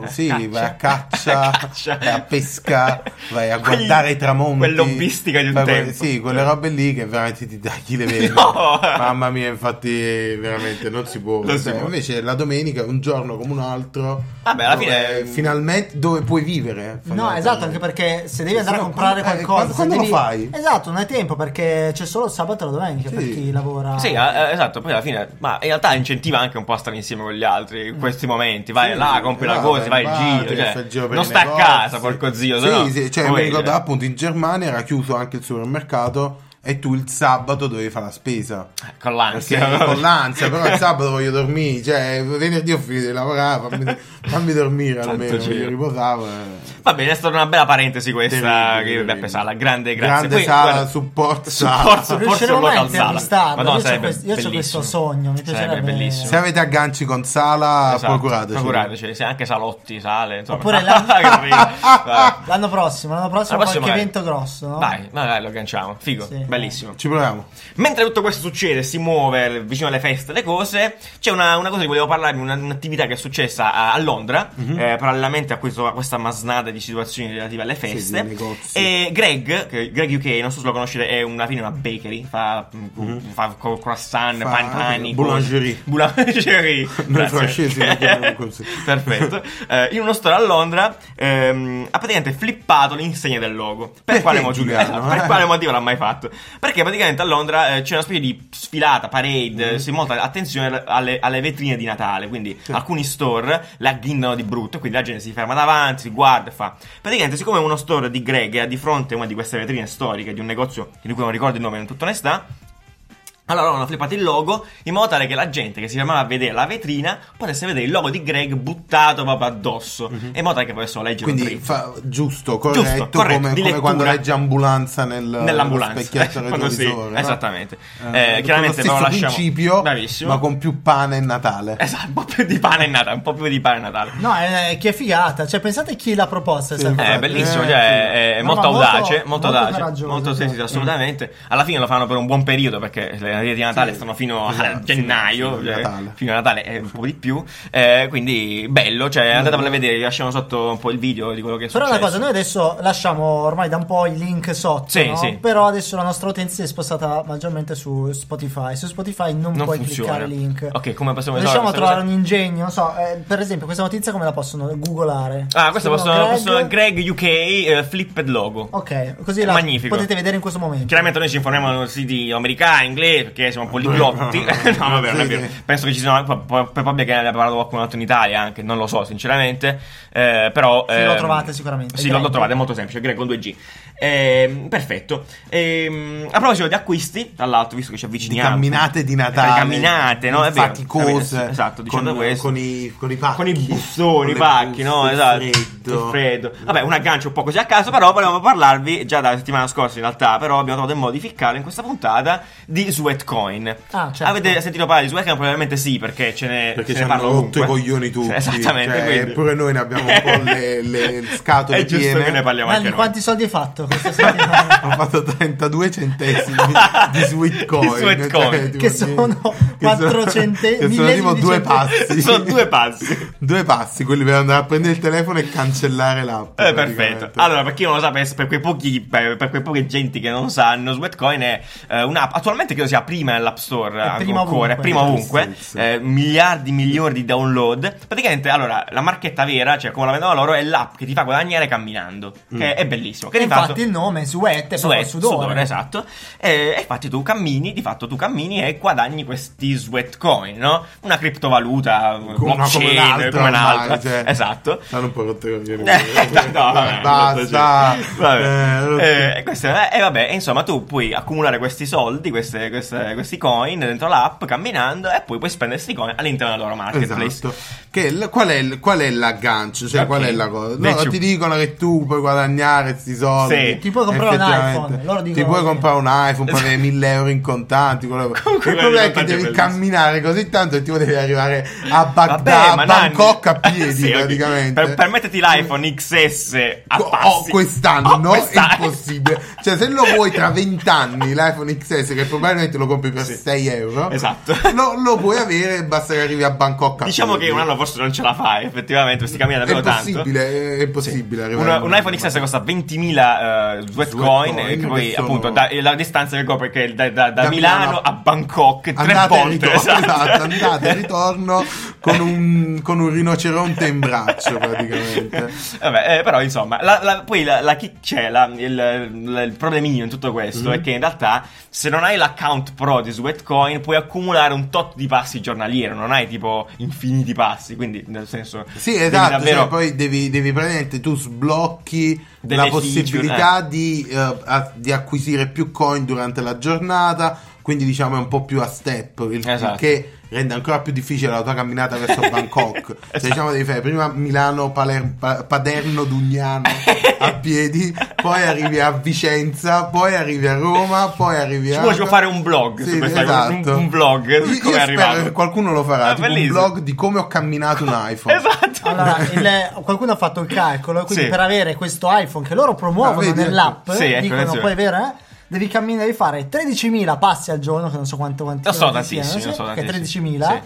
S3: eh,
S1: Eh,
S3: sì,
S1: caccia.
S3: vai a caccia,
S1: Caccia.
S3: vai a pesca, vai a
S1: Quelli-
S3: guardare i tramonti.
S1: quell'hobbistica di un
S3: Fai que-
S1: tempo.
S3: Sì, quelle robe lì che veramente ti tagli le vene.
S1: No!
S3: Mamma mia, infatti, veramente non si può.
S1: Non si
S3: Cioè,
S1: può.
S3: Invece la domenica è un giorno come un altro.
S1: Vabbè, alla
S3: dove
S1: fine-
S3: Finalmente, dove puoi vivere.
S2: No,
S3: fondamentalmente.
S2: esatto, anche perché se devi
S3: Sì,
S2: andare a
S3: no,
S2: comprare
S3: quando- eh,
S2: qualcosa.
S3: quando-
S2: se
S3: quando lo
S2: devi-
S3: fai?
S2: Esatto, non hai tempo perché c'è solo il sabato e la domenica per
S3: Sì.
S2: chi lavora.
S1: Sì, eh, esatto, poi alla fine, ma in realtà incentiva anche un po' a stare insieme con gli altri in questi momenti. Vai
S3: Mm. Sì,
S1: là,
S3: sì,
S1: compri
S3: no,
S1: la cosa, vai
S3: vai
S1: il
S3: in bar,
S1: giro.
S3: ti
S1: cioè,
S3: fai il giro per
S1: non
S3: i
S1: sta a
S3: negozi.
S1: casa, porco zio.
S3: Sì,
S1: se no-
S3: sì, cioè,
S1: come
S3: mi
S1: dire.
S3: ricordo appunto in Germania era chiuso anche il supermercato. E tu il sabato dovevi fare la spesa.
S1: eh, Con l'ansia.
S3: Perché- con l'ansia, però il sabato voglio dormire. Cioè, venerdì ho finito di lavorare, fammi, fammi dormire
S1: Tanto
S3: almeno.
S1: giro. Esatto.
S3: Io riposavo. eh.
S1: Va bene, è stata una bella parentesi questa
S3: Terribile,
S1: che Beppe
S3: terribile.
S1: Sala, grande grazie.
S3: Grande
S1: Poi,
S3: sala,
S1: guarda,
S3: supporto sala.
S1: supporto, forse
S2: Riusciremo
S1: un
S2: mai a
S1: local sala.
S2: intervistarlo.
S1: Madonna,
S2: Io c'ho
S1: sarebbe
S2: questo- io c'ho
S1: bellissimo.
S2: questo sogno, mi
S1: Sarebbe
S2: piacerebbe-
S1: bellissimo.
S3: Se avete agganci con Sala,
S1: Esatto,
S3: procurateci.
S1: procurateci, se anche salotti, sale, insomma.
S2: Oppure
S1: la...
S2: la-
S1: Vai,
S2: Ah, L'anno prossimo,
S1: L'anno
S2: l'anno prossimo
S1: prossimo
S2: qualche
S1: magari.
S2: evento grosso, no?
S1: Vai, magari lo agganciamo. Figo,
S2: Sì.
S1: bellissimo.
S3: Ci proviamo.
S1: Mentre tutto questo succede, si muove vicino alle feste, le cose, c'è una, una cosa di cui volevo parlarvi, una- un'attività che è successa a, a Londra,
S3: Mhm.
S1: eh, parallelamente a, questo- a questa masnada di situazioni relative alle
S3: di
S1: feste.
S3: negozi.
S1: e Greg, che- Greg UK, non so se lo conoscete, è una, alla fine una bakery, fa, mm, fa co- croissant,
S3: Mhm. Fa-
S1: pan pani,
S3: boulangerie.
S1: Boulangerie.
S3: Noi
S1: Grazie.
S3: francesi lo chiamiamo così.
S1: Perfetto. Eh, in uno store a Londra ehm, ha praticamente flippato l'insegna del logo. Per
S3: Perché
S1: quale motivo? Esatto,
S3: Giuliano,
S1: Per
S3: eh?
S1: quale motivo l'ha mai fatto? Perché praticamente a Londra eh, c'è una specie di sfilata, parade,
S3: Mm.
S1: eh, si molta attenzione alle, alle vetrine di Natale, quindi alcuni store la ghindano di brutto, quindi la gente si ferma davanti, si guarda e fa. Praticamente siccome uno store di Greg ha di fronte una di queste vetrine storiche di un negozio di cui non ricordo il nome in tutta onestà, allora hanno flippato il logo in modo tale che la gente che si fermava a vedere la vetrina potesse vedere il logo di Greg buttato proprio addosso. E in modo tale che potessero leggere un
S3: Mhm. Quindi
S1: trip.
S3: eh, fa- giusto, corretto, come-
S1: corretto, di
S3: come, quando
S1: lettura.
S3: leggi ambulanza nel,
S1: nell'ambulanza eh,
S3: nello specchietto del
S1: Quando sì,
S3: televisore. no?
S1: esattamente
S3: Eh,
S1: Eh, chiaramente
S3: con
S1: però
S3: lo stesso
S1: lasciamo
S3: principio,
S1: bravissimo
S3: ma con più pane in Natale.
S1: esatto un po' più di pane e natale un po' più di pane e natale
S2: No, è, è- che figata. Cioè, pensate chi l'ha proposta.
S3: Sì.
S2: sai?
S1: Eh,
S3: infatti,
S1: è bellissimo,
S3: eh,
S1: cioè,
S3: sì.
S1: è, è
S2: No,
S1: molto
S2: ma molto-
S1: audace, molto,
S2: molto
S1: audace,
S2: coraggioso,
S1: molto
S2: sì.
S1: sensitive, assolutamente. Alla fine lo fanno per un buon periodo perché le ferie di Natale stanno fino
S3: Esatto,
S1: a
S3: fino-
S1: gennaio,
S3: fino a
S1: cioè,
S3: Natale.
S1: fino a Natale è un po' di più. Eh, quindi bello, cioè, andatevelo a vedere, vi lasciamo sotto un po' il video di quello che è
S2: Però
S1: successo.
S2: una cosa, noi adesso lasciamo ormai da un po' i link sotto,
S1: Sì,
S2: no?
S1: sì.
S2: però adesso la nostra utenza è spostata maggiormente su Spotify. Su Spotify non,
S1: Non
S2: puoi
S1: funziona.
S2: cliccare link.
S1: Ok, come possiamo risolvere
S2: Riusciamo a
S1: questa
S2: trovare
S1: cosa?
S2: un ingegno, non so, eh, per esempio questa notizia come la possono googolare?
S1: Ah, questo
S2: Scrivono
S1: possono, possono- Greg UK eh, Flipped Logo.
S2: Ok, così
S1: È
S2: la
S1: magnifico.
S2: potete vedere in questo momento.
S1: Chiaramente noi ci informiamo su siti americani, inglesi, perché siamo poliglotti. no, vabbè, non è
S3: Sì,
S1: vero.
S3: sì.
S1: Penso che ci siano. po- po- Probabile che ne abbia parlato qualcun altro in Italia anche, non lo so, sinceramente. Eh, però.
S2: Sì, lo
S1: ehm,
S2: trovate sicuramente.
S1: Sì, lo, lo
S2: Greg.
S1: trovate, è molto semplice. Greg con 2G. Ehm, perfetto. Ehm, a proposito di acquisti, tra l'altro, visto che ci
S3: Di
S1: avviciniamo.
S3: camminate di Natale,
S1: Di camminate, no? È vero.
S3: faticose,
S1: Esatto, dicendo
S3: con,
S1: questo
S3: con i, con i pacchi,
S1: con i bussoni,
S3: con
S1: i
S3: le
S1: pacchi,
S3: buste,
S1: no?
S3: il
S1: Esatto.
S3: freddo.
S1: Il freddo. Vabbè, un aggancio un po' così a caso, però volevamo parlarvi già dalla settimana scorsa in realtà, però abbiamo trovato il modo di ficcarlo in questa puntata di Sweatcoin.
S2: Ah, certo.
S1: Avete sentito parlare di Sweatcoin? Probabilmente sì, perché ce ne
S3: perché
S1: se
S3: ci
S1: ne
S3: hanno
S1: parla
S3: rotto i
S1: ovunque.
S3: coglioni tutti.
S1: Esattamente,
S3: cioè,
S1: quindi.
S3: pure noi ne abbiamo un po' le, le scatole
S1: È giusto
S3: piene.
S1: che ne parliamo
S2: Nanni,
S1: anche noi.
S2: quanti soldi hai fatto questa settimana?
S3: Ho fatto 32 centesimi di sweet coin, Cioè,
S1: Di sweet coin.
S3: tipo,
S2: Che sono
S3: che
S2: quattro
S3: sono-
S2: cente-
S3: che sono
S2: millesimi
S3: tipo
S2: di
S3: due
S2: centesimi.
S3: passi.
S1: Sono due passi.
S3: Due passi, quelli per andare a prendere il telefono e cancellare l'app.
S1: Eh, perfetto.
S3: praticamente.
S1: Allora, per chi non lo sa, per, per quei pochi, per, per quei pochi genti che non sanno, Sweatcoin è eh, un'app. Attualmente credo sia prima nell'App Store. ancora, È prima
S2: prima ovunque.
S3: Sì,
S1: ovunque.
S3: sì, sì.
S1: Eh, miliardi, milioni di download. Praticamente, allora, la marchetta vera, cioè come la vendono loro, è l'app che ti fa guadagnare camminando.
S3: Mm.
S1: Che è bellissimo. Che di fatto-
S2: Infatti il nome è Suet, è
S1: Sweat,
S2: proprio
S1: sudore. esatto. E, e infatti tu cammini, di fatto tu cammini e guadagni questi sweat coin, no? Una criptovaluta,
S3: Una
S1: blockchain,
S3: come un'altra, ormai, cioè.
S1: Esatto.
S3: Hanno un po' rotto i coglioni.
S1: Eh, no, no, vabbè,
S3: Basta.
S1: Vabbè.
S3: Eh, rotto-
S1: Eh, questo è- eh, vabbè, insomma, tu puoi accumulare questi soldi, queste- queste- questi coin dentro l'app camminando e poi puoi spendere questi coin all'interno della loro marketplace.
S3: Esatto. Che l- qual, è il- qual è l'aggancio? Cioè,
S1: Ok.
S3: qual è la cosa? No,
S1: Deci-
S3: ti dicono che tu puoi guadagnare questi soldi.
S1: Sì.
S2: Ti puoi comprare un
S3: Effettivamente.
S2: iPhone, loro
S3: Ti
S2: dicono
S3: puoi
S2: sì.
S3: comprare un iPhone, puoi avere 1000 euro in contanti. quello- Il
S1: Esatto. quello
S3: problema
S1: in
S3: è che
S1: contanti è
S3: devi
S1: bellissimo.
S3: camminare così tanto e tipo devi arrivare a, Baghdad,
S1: Vabbè,
S3: a
S1: ma
S3: Bangkok
S1: Nanni-
S3: a piedi
S1: Sì, ok.
S3: praticamente.
S1: Per, permetterti l'iPhone XS a
S3: Co-
S1: passi.
S3: oh, quest'anno
S1: Oh, quest'anno.
S3: è impossibile. Cioè, se lo vuoi tra 20 anni l'iPhone XS, che probabilmente lo compri per
S1: Sì.
S3: 6 euro,
S1: Esatto.
S3: lo, lo puoi avere. Basta che arrivi a Bangkok. a
S1: Diciamo
S3: piedi.
S1: che un anno forse non ce la fai, effettivamente, questi cammini
S3: è
S1: davvero tanto.
S3: possibile, è impossibile. arrivare
S1: Una-
S3: a
S1: un iPhone
S3: Bangkok.
S1: XS costa 20.000 eh, sweat
S3: Sweat
S1: coin,
S3: coin,
S1: e che poi
S3: che sono-
S1: appunto da- la distanza che copre che da, da- da
S3: Da
S1: Milano,
S3: Milano
S1: a Bangkok tre
S3: Andate e
S1: volte
S3: ritorno, esatto, andate e ritorno con un, con un rinoceronte in braccio praticamente.
S1: Vabbè, eh, però insomma, la- la- poi la, la chi- c'è la- il, il- il problemino in tutto questo
S3: Mm-hmm.
S1: è che in realtà se non hai l'account pro di Sweatcoin puoi accumulare un tot di passi giornaliero, non hai tipo infiniti passi, quindi nel senso...
S3: Sì,
S1: devi
S3: esatto,
S1: davvero-
S3: cioè, poi devi, devi praticamente tu sblocchi
S1: Delle
S3: la possibilità di, eh, a- di acquisire più coin durante la giornata, quindi diciamo è un po' più a step, il,
S1: Esatto.
S3: il che rende ancora più difficile la tua camminata verso Bangkok.
S1: Esatto.
S3: Cioè, diciamo devi fare prima Milano, Paler- Pa- Paderno, Dugnano a piedi, poi arrivi a Vicenza, poi arrivi a Roma, poi arrivi
S1: Ci
S3: a... esatto.
S1: volevo fare un blog su questa cosa, un- un blog,
S3: Io,
S1: come
S3: io
S1: è
S3: spero
S1: arrivato.
S3: che qualcuno lo farà,
S1: Ah,
S3: tipo un
S1: bellissimo.
S3: blog di come ho camminato un iPhone.
S1: Esatto.
S2: Allora, il- qualcuno ha fatto il calcolo, quindi
S1: Sì.
S2: per avere questo iPhone che loro
S3: Ah,
S2: promuovono
S3: vedi, ecco.
S2: nell'app,
S1: Sì, ecco,
S2: dicono
S1: attenzione.
S2: puoi avere, eh, devi camminare, devi fare 13.000 passi al giorno, che non so quanto quanti
S1: Lo so
S2: quanti
S1: tantissimi,
S2: siano,
S1: lo so
S2: sì, che
S1: tantissimi.
S2: 13.000.
S1: Sì.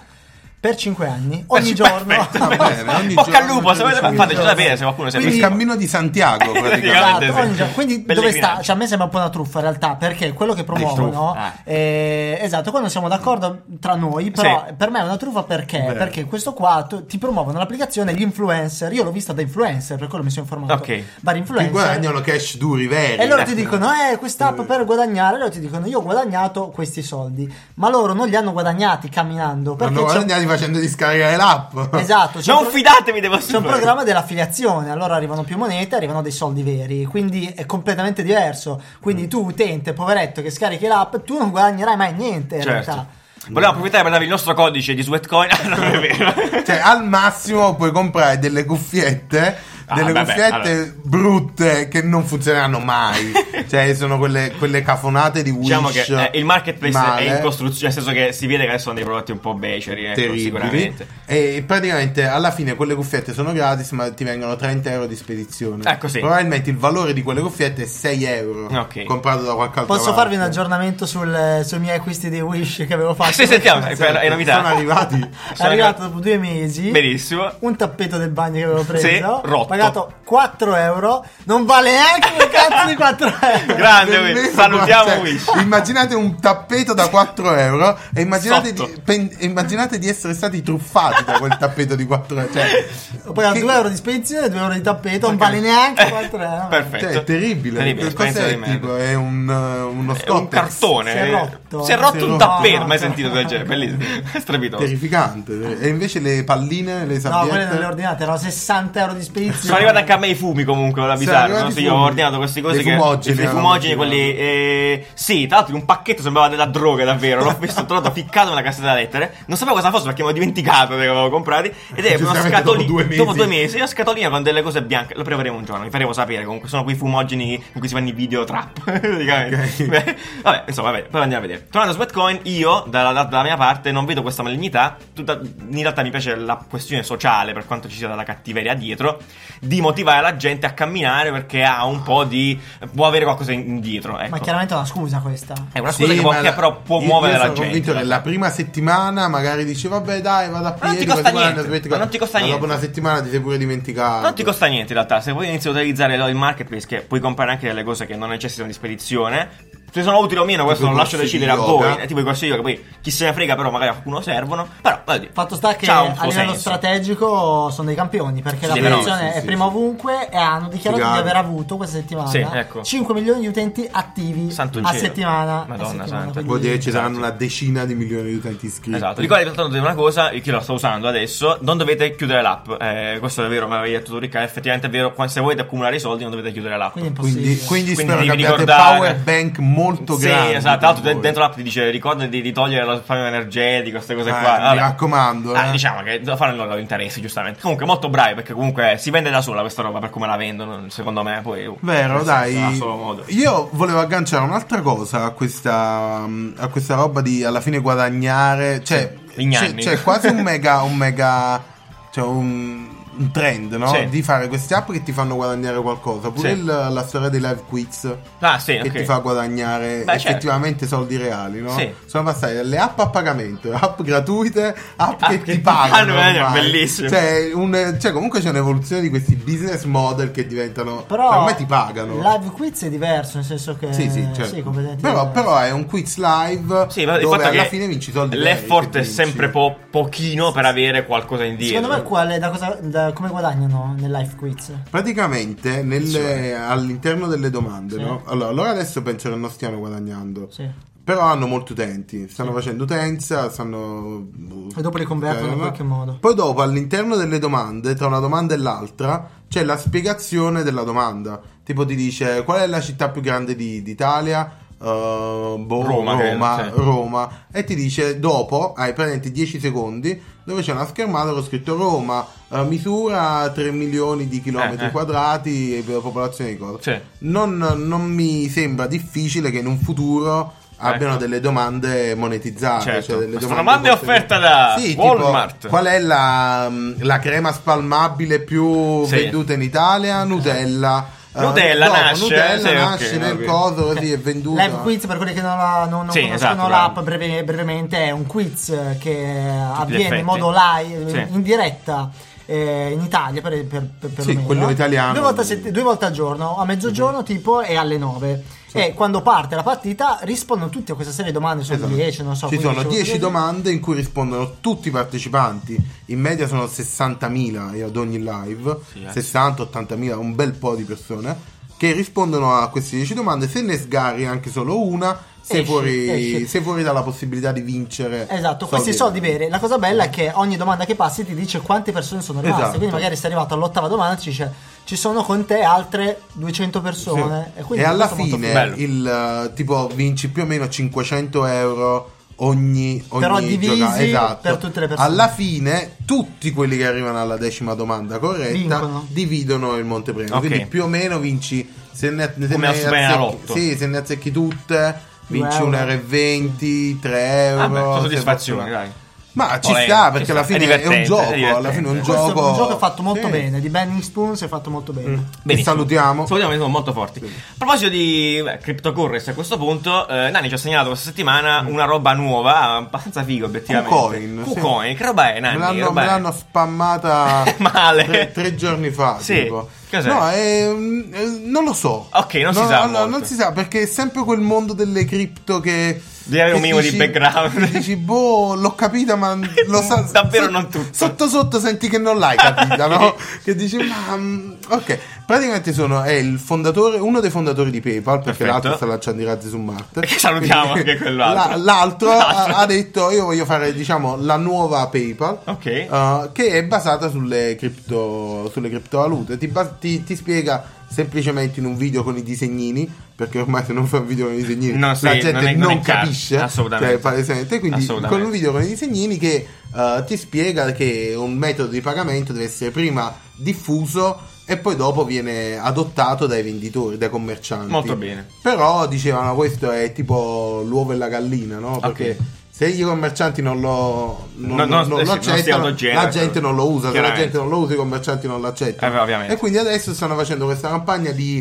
S2: per 5 anni, ogni giorno.
S1: Perfetto.
S3: Va Ah, bene, ogni
S1: Bocca al
S3: giorno,
S1: lupo, se
S3: ogni
S1: volete,
S3: giorno.
S1: fateci sapere se qualcuno si è
S3: il
S2: Quindi-
S1: visto.
S3: cammino di Santiago praticamente.
S1: Praticamente.
S2: Esatto,
S1: sì.
S2: ogni giorno. Quindi dove
S1: Pellegrinaggio.
S2: sta? Cioè, a me sembra un po' una truffa in realtà, perché quello che promuovono.
S1: truffa,
S2: eh, esatto, quando siamo d'accordo tra noi, però
S1: Sì.
S2: per me è una truffa perché?
S3: Vero.
S2: Perché questo qua tu- ti promuovono l'applicazione gli influencer. Io l'ho vista da influencer, per quello mi sono informato.
S1: Ok.
S2: Vari
S3: Che
S2: influencer.
S3: guadagnano cash duri veri.
S2: E loro ti dicono, eh, quest'app per guadagnare. Loro ti dicono, io ho guadagnato questi soldi, ma loro non li hanno guadagnati camminando. Perché
S3: Hanno
S2: c'è-
S3: guadagnati facendoti scaricare l'app.
S2: Esatto, c'è un
S1: Non
S2: pro-
S1: fidatevi dei vostri
S2: C'è un
S1: problemi.
S2: programma dell'affiliazione, allora arrivano più monete, arrivano dei soldi veri, quindi è completamente diverso. Quindi
S1: Mm.
S2: tu, utente, poveretto, che scarichi l'app, tu non guadagnerai mai niente in
S1: Certo.
S2: realtà.
S1: Volevo approfittare per darvi il nostro codice di Sweatcoin. Ah, non è vero.
S3: Cioè, al massimo puoi comprare delle cuffiette.
S1: Ah,
S3: Delle
S1: vabbè,
S3: cuffiette brutte che non funzioneranno mai. cioè, sono quelle, quelle cafonate di Wish.
S1: Diciamo che eh, il marketplace
S3: male,
S1: è in costruzione, nel senso che si vede che adesso sono dei prodotti un po' beceri, ecco,
S3: Terribili.
S1: sicuramente.
S3: E praticamente alla fine quelle cuffiette sono gratis, ma ti vengono 30 euro di spedizione.
S1: Ecco, sì.
S3: Probabilmente il valore di quelle cuffiette è 6 euro.
S1: Ok.
S3: Comprato da qualche altro.
S2: Posso farvi un aggiornamento sul, sui miei acquisti di Wish che avevo fatto?
S1: Sì, sentiamo, è, è novità.
S3: Sono arrivati.
S2: È arrivato dopo due mesi.
S1: Benissimo.
S2: Un tappeto del bagno che avevo preso.
S1: Sì, rotto.
S2: Pagato 4 euro. Non vale neanche un cazzo di 4 euro.
S1: Grande
S3: Nemmeno,
S1: Wish. Salutiamo
S3: cioè,
S1: Wish.
S3: Immaginate un tappeto da 4 euro e immaginate di,
S1: Sotto.
S3: pen- e immaginate di essere stati truffati da quel tappeto di 4 euro. Cioè,
S2: Ho pagato
S3: che-
S2: 2 euro di spedizione e 2 euro di tappeto. Non vale neanche eh. 4 euro.
S1: Eh, Perfetto.
S3: cioè, è terribile.
S1: Terribile,
S3: Che cos'è,
S1: esperienza di merda.
S3: tipo? È un, eh, uno
S1: È un
S3: scottex.
S1: cartone.
S2: Si è rotto.
S1: Si è rotto
S3: Si è
S1: un
S3: rotto.
S1: tappeto,
S2: No,
S1: mai
S2: no.
S1: sentito del genere. Bellissimo. È strepitoso. Ah.
S3: Terrificante. E invece le palline, le
S2: No,
S3: sabbiette.
S2: quelle non le ho ordinate, erano 60 euro di spedizione.
S1: Sono arrivati anche a me i fumi comunque, da
S3: arrivati
S1: avvisare. No?
S3: i
S1: Sì, Io ho
S3: fumi.
S1: ordinato queste cose
S3: Dei
S1: che...
S3: fumogeni,
S1: I
S3: avevamo
S1: fumogeni, quelli...
S3: ordinato.
S1: eh, sì, tra l'altro in un pacchetto sembrava della droga davvero. L'ho visto, tra l'altro, ficcato nella cassetta da lettere. Non sapevo cosa fosse perché mi ho dimenticato che avevo comprati. Ed è una
S3: Giustamente,
S1: scatolina...
S3: dopo due mesi.
S1: Dopo due mesi, una scatolina con delle cose bianche. Lo proveremo un giorno, vi faremo sapere. Comunque sono quei fumogeni con cui si fanno i video trap. praticamente.
S3: Ok.
S1: Beh, vabbè, insomma, vabbè, poi andiamo a vedere. Tornando a Sweatcoin, io, dalla, dalla- dalla mia parte, non vedo questa malignità. Tutta- in realtà mi piace la questione sociale, per quanto ci sia della cattiveria dietro, di motivare la gente a camminare perché ha un po' di. può avere qualcosa in- indietro. Ecco.
S2: Ma chiaramente è una scusa questa.
S1: È una scusa
S3: Sì,
S1: che, può-
S3: ma
S1: che
S3: la-
S1: però può
S3: io-
S1: muovere
S3: io
S1: la
S3: sono
S1: gente.
S3: convinto che la prima settimana magari dici vabbè dai vado a
S1: non
S3: piedi
S1: ti costa
S3: così guarda,
S1: niente,
S3: aspetti
S1: ma
S3: che-"
S1: non ti costa
S3: Ma
S1: niente.
S3: dopo una settimana ti sei pure dimenticato
S1: Non ti costa niente in realtà, se poi inizi a utilizzare il marketplace che puoi comprare anche delle cose che non necessitano di spedizione, se sono utili o meno questo
S3: Tipo
S1: lo
S3: i
S1: lascio
S3: corsi di
S1: decidere a
S3: yoga.
S1: voi, eh, tipo i corsi di yoga, poi chi se ne frega però magari a qualcuno servono, però voglio dire,
S2: Fatto sta che
S1: c'ha
S2: a
S1: un suo
S2: livello
S1: senso.
S2: strategico sono dei campioni
S1: Sì,
S2: perché la
S1: però-
S2: posizione
S3: sì,
S2: è
S3: sì,
S2: prima
S3: sì.
S2: ovunque e hanno dichiarato di
S3: Figaro.
S2: aver avuto questa settimana
S1: Sì, ecco.
S2: 5 milioni di utenti attivi
S1: Santo
S2: a
S1: cielo.
S2: settimana.
S1: Madonna
S2: a settimana,
S1: santa.
S2: quindi-
S3: vuol dire che ci
S1: Esatto.
S3: saranno una decina di milioni di utenti iscritti
S1: Esatto, ricordatevi soltanto di una cosa, io che la sto usando adesso, non dovete chiudere l'app, eh, questo è vero, me l'aveva detto tu Riccardo, effettivamente è vero, se volete accumulare i soldi non dovete chiudere l'app.
S2: Quindi è impossibile.
S3: quindi, quindi
S1: Quindi
S3: spero che
S1: devi
S3: abbiate
S1: ricordare-
S3: power bank molto
S1: sì,
S3: grande
S1: esatto,
S3: per
S1: tra l'altro de-
S3: voi.
S1: dentro l'app ti dice ricordati di togliere lo spam energetico, queste cose
S3: Eh,
S1: qua.
S3: mi
S1: Vabbè.
S3: raccomando
S1: Ah,
S3: eh.
S1: diciamo che devo fare il loro interesse, giustamente. Comunque, molto bravi perché comunque si vende da sola questa roba per come la vendono. Secondo me, poi. uh,
S3: Vero,
S1: nel
S3: dai.
S1: senso, ha solo modo.
S3: Io volevo agganciare un'altra cosa a questa, a questa roba di alla fine guadagnare. Cioè,
S1: Sì, gli
S3: c'è,
S1: anni.
S3: c'è quasi un mega. Un mega cioè un, un trend, no?
S1: Sì.
S3: Di fare queste app che ti fanno guadagnare qualcosa. Pure
S1: Sì.
S3: il- la storia dei live quiz.
S1: Ah, sì,
S3: Che
S1: ok.
S3: ti fa guadagnare
S1: Beh, certo.
S3: effettivamente soldi reali, no?
S1: Sì.
S3: Sono passate dalle app a pagamento, app gratuite, app
S1: Ah,
S3: che
S1: che
S3: ti
S1: ti
S3: pagano.
S1: pagano, eh,
S3: ormai.
S1: bellissimo.
S3: Cioè, un- cioè, comunque c'è un'evoluzione di questi business model che diventano.
S2: Però
S3: cioè, ormai ti pagano.
S2: Live quiz è diverso, nel senso che
S3: Sì, sì, certo.
S2: completamente
S3: però,
S2: diverso.
S3: però è un quiz live
S1: Sì, ma il
S3: dove
S1: fatto è
S3: alla
S1: che
S3: fine vinci i soldi. veri
S1: L'effort
S3: che
S1: è
S3: vinci.
S1: sempre po- pochino per avere qualcosa indietro.
S2: Secondo me quale- da cosa- da come guadagnano nel live quiz?
S3: Praticamente nelle- all'interno delle domande,
S2: Sì.
S3: no? Allora, loro adesso penso che non stiano guadagnando.
S2: Sì.
S3: Però hanno molti utenti, stanno facendo utenza, stanno... boh, eh,
S2: E dopo li convertono in qualche modo.
S3: Poi dopo all'interno delle domande, tra una domanda e l'altra, c'è la spiegazione della domanda. Tipo ti dice qual è la città più grande di- d'Italia? Eh, boh,
S1: Roma,
S3: Roma, Roma,
S1: credo, sì.
S3: E ti dice dopo, hai presenti 10 secondi, dove c'è una schermata con scritto Roma, eh, misura 3 milioni di chilometri
S1: Eh, eh.
S3: quadrati e popolazione di cosa.
S1: Sì.
S3: Non, non mi sembra difficile che in un futuro abbiano
S1: Ecco.
S3: delle domande monetizzate.
S1: Certo.
S3: Cioè delle
S1: Questa domanda è offerta da
S3: Sì, tipo,
S1: Walmart.
S3: qual è la, la crema spalmabile più
S1: Sì. Eh.
S3: venduta in Italia? Nutella. eh,
S1: Nutella
S3: dopo,
S1: nasce,
S3: Nutella
S1: sì, ok,
S3: nasce nel
S1: ok.
S3: coso così è venduta.
S2: L'app quiz, per quelli che non, la, non, non
S1: Sì,
S2: conoscono
S1: esatto,
S2: l'app
S1: bravo.
S2: breve- brevemente, è un quiz eh, che avviene
S1: effetti.
S2: in modo live,
S1: Sì.
S2: in diretta. eh, in Italia per, per, per, per
S3: Sì,
S2: lo meno.
S3: quello italiano.
S2: due volte, a sett- due volte al giorno a mezzogiorno tipo e alle 9 e quando parte la partita rispondono tutti a questa serie di domande sono
S3: Esatto.
S2: 10 non so
S3: Ci
S2: 15,
S3: sono 10
S2: 15.
S3: domande in cui rispondono tutti i partecipanti. In media sono 60.000 ad ogni live,
S1: Sì, eh.
S3: 60-80.000, un bel po' di persone che rispondono a queste 10 domande. Se ne sgarri anche solo una, sei,
S2: Esci,
S3: fuori,
S2: esci.
S3: sei fuori dalla possibilità di vincere.
S2: Esatto, questi soldi veri. La cosa bella è che ogni domanda che passi ti dice quante persone sono rimaste.
S3: Esatto.
S2: Quindi magari sei arrivato all'ottava domanda e ci dice ci sono con te altre 200
S3: Sì.
S2: persone.
S3: E,
S2: quindi
S3: alla
S2: questo è molto
S3: fine
S1: bello.
S3: il eh, tipo vinci più o meno 500 euro ogni, ogni
S2: Però divisi
S3: giornata. Esatto.
S2: per tutte le persone.
S3: Alla fine tutti quelli che arrivano alla decima domanda corretta
S2: Vincono.
S3: dividono il montepremi.
S1: Ok.
S3: Quindi più o meno vinci se ne, se
S1: Come
S3: ne
S1: al Superenalotto.
S3: azzecchi- sì, se ne azzecchi tutte. Vinci
S2: Due euro.
S3: 1,20 3 euro.
S1: Ah, beh, sono
S3: se
S1: soddisfazione,
S3: fortuna.
S1: dai.
S3: Ma ci
S1: Volendo,
S3: sta
S1: ci
S3: perché
S1: sta.
S3: alla
S1: È
S3: fine è, un
S1: divertente,
S3: gioco.
S1: è divertente.
S3: alla fine è un
S2: Questo
S3: gioco.
S2: è un gioco fatto molto
S3: Sì. Mm.
S2: bene. Di Banning Spoons è fatto molto bene.
S3: Vi
S1: Benissimo.
S3: salutiamo.
S1: Salutiamo, siamo molto forti. A proposito di beh, cryptocurrency a questo punto, eh, Nani ci ha segnalato questa settimana una roba nuova, abbastanza figa obiettivamente.
S3: KuCoin, Mm. sì.
S1: KuCoin, che roba è
S3: Me
S1: Nani? Che
S3: l'hanno,
S1: roba
S3: me
S1: è?
S3: l'hanno spammata
S1: Male.
S3: Tre, tre giorni fa.
S1: Sì.
S3: tipo.
S1: Cos'è?
S3: No, ehm, eh, non lo so.
S1: Ok, non si
S3: No,
S1: sa
S3: no,
S1: molto.
S3: non si sa perché è sempre quel mondo delle cripto che.
S1: Devi avere
S3: che
S1: un minimo di background.
S3: che Dici, boh, l'ho capita, ma lo sa.
S1: Davvero non tutto.
S3: Sotto sotto senti che non l'hai capita, no? Che dici, ma. mm, Ok, praticamente sono. È il fondatore, uno dei fondatori di PayPal, perché
S1: Perfetto.
S3: l'altro sta lanciando i razzi su Marte.
S1: Che salutiamo
S3: Quindi,
S1: anche quell'altro.
S3: la- l'altro ha,
S1: L'altro.
S3: ha detto, io voglio fare, diciamo, la nuova PayPal.
S1: Ok.
S3: Uh, che è basata sulle, cripto, sulle criptovalute. Ti, bas- ti- ti spiega semplicemente in un video con i disegnini, perché ormai se non fa un video con i disegnini
S1: No, sì,
S3: la gente
S1: non
S3: non,
S1: è- non è chiaro.
S3: capisce.
S1: Assolutamente.
S3: Cioè, palesemente. Quindi
S1: Assolutamente.
S3: con un video con i disegnini che uh, ti spiega che un metodo di pagamento deve essere prima diffuso e poi dopo viene adottato dai venditori, dai commercianti.
S1: Molto bene.
S3: Però dicevano questo è tipo l'uovo e la gallina, no? Perché
S1: Ok.
S3: se i commercianti non lo, non,
S1: No, no,
S3: non- non
S1: eh sì,
S3: lo
S1: non si
S3: accettano,
S1: autogenera,
S3: la gente non lo usa, se la
S1: chiaramente.
S3: gente non lo usa i commercianti non l'accettano.
S1: Eh, beh, ovviamente.
S3: E quindi adesso stanno facendo questa campagna di...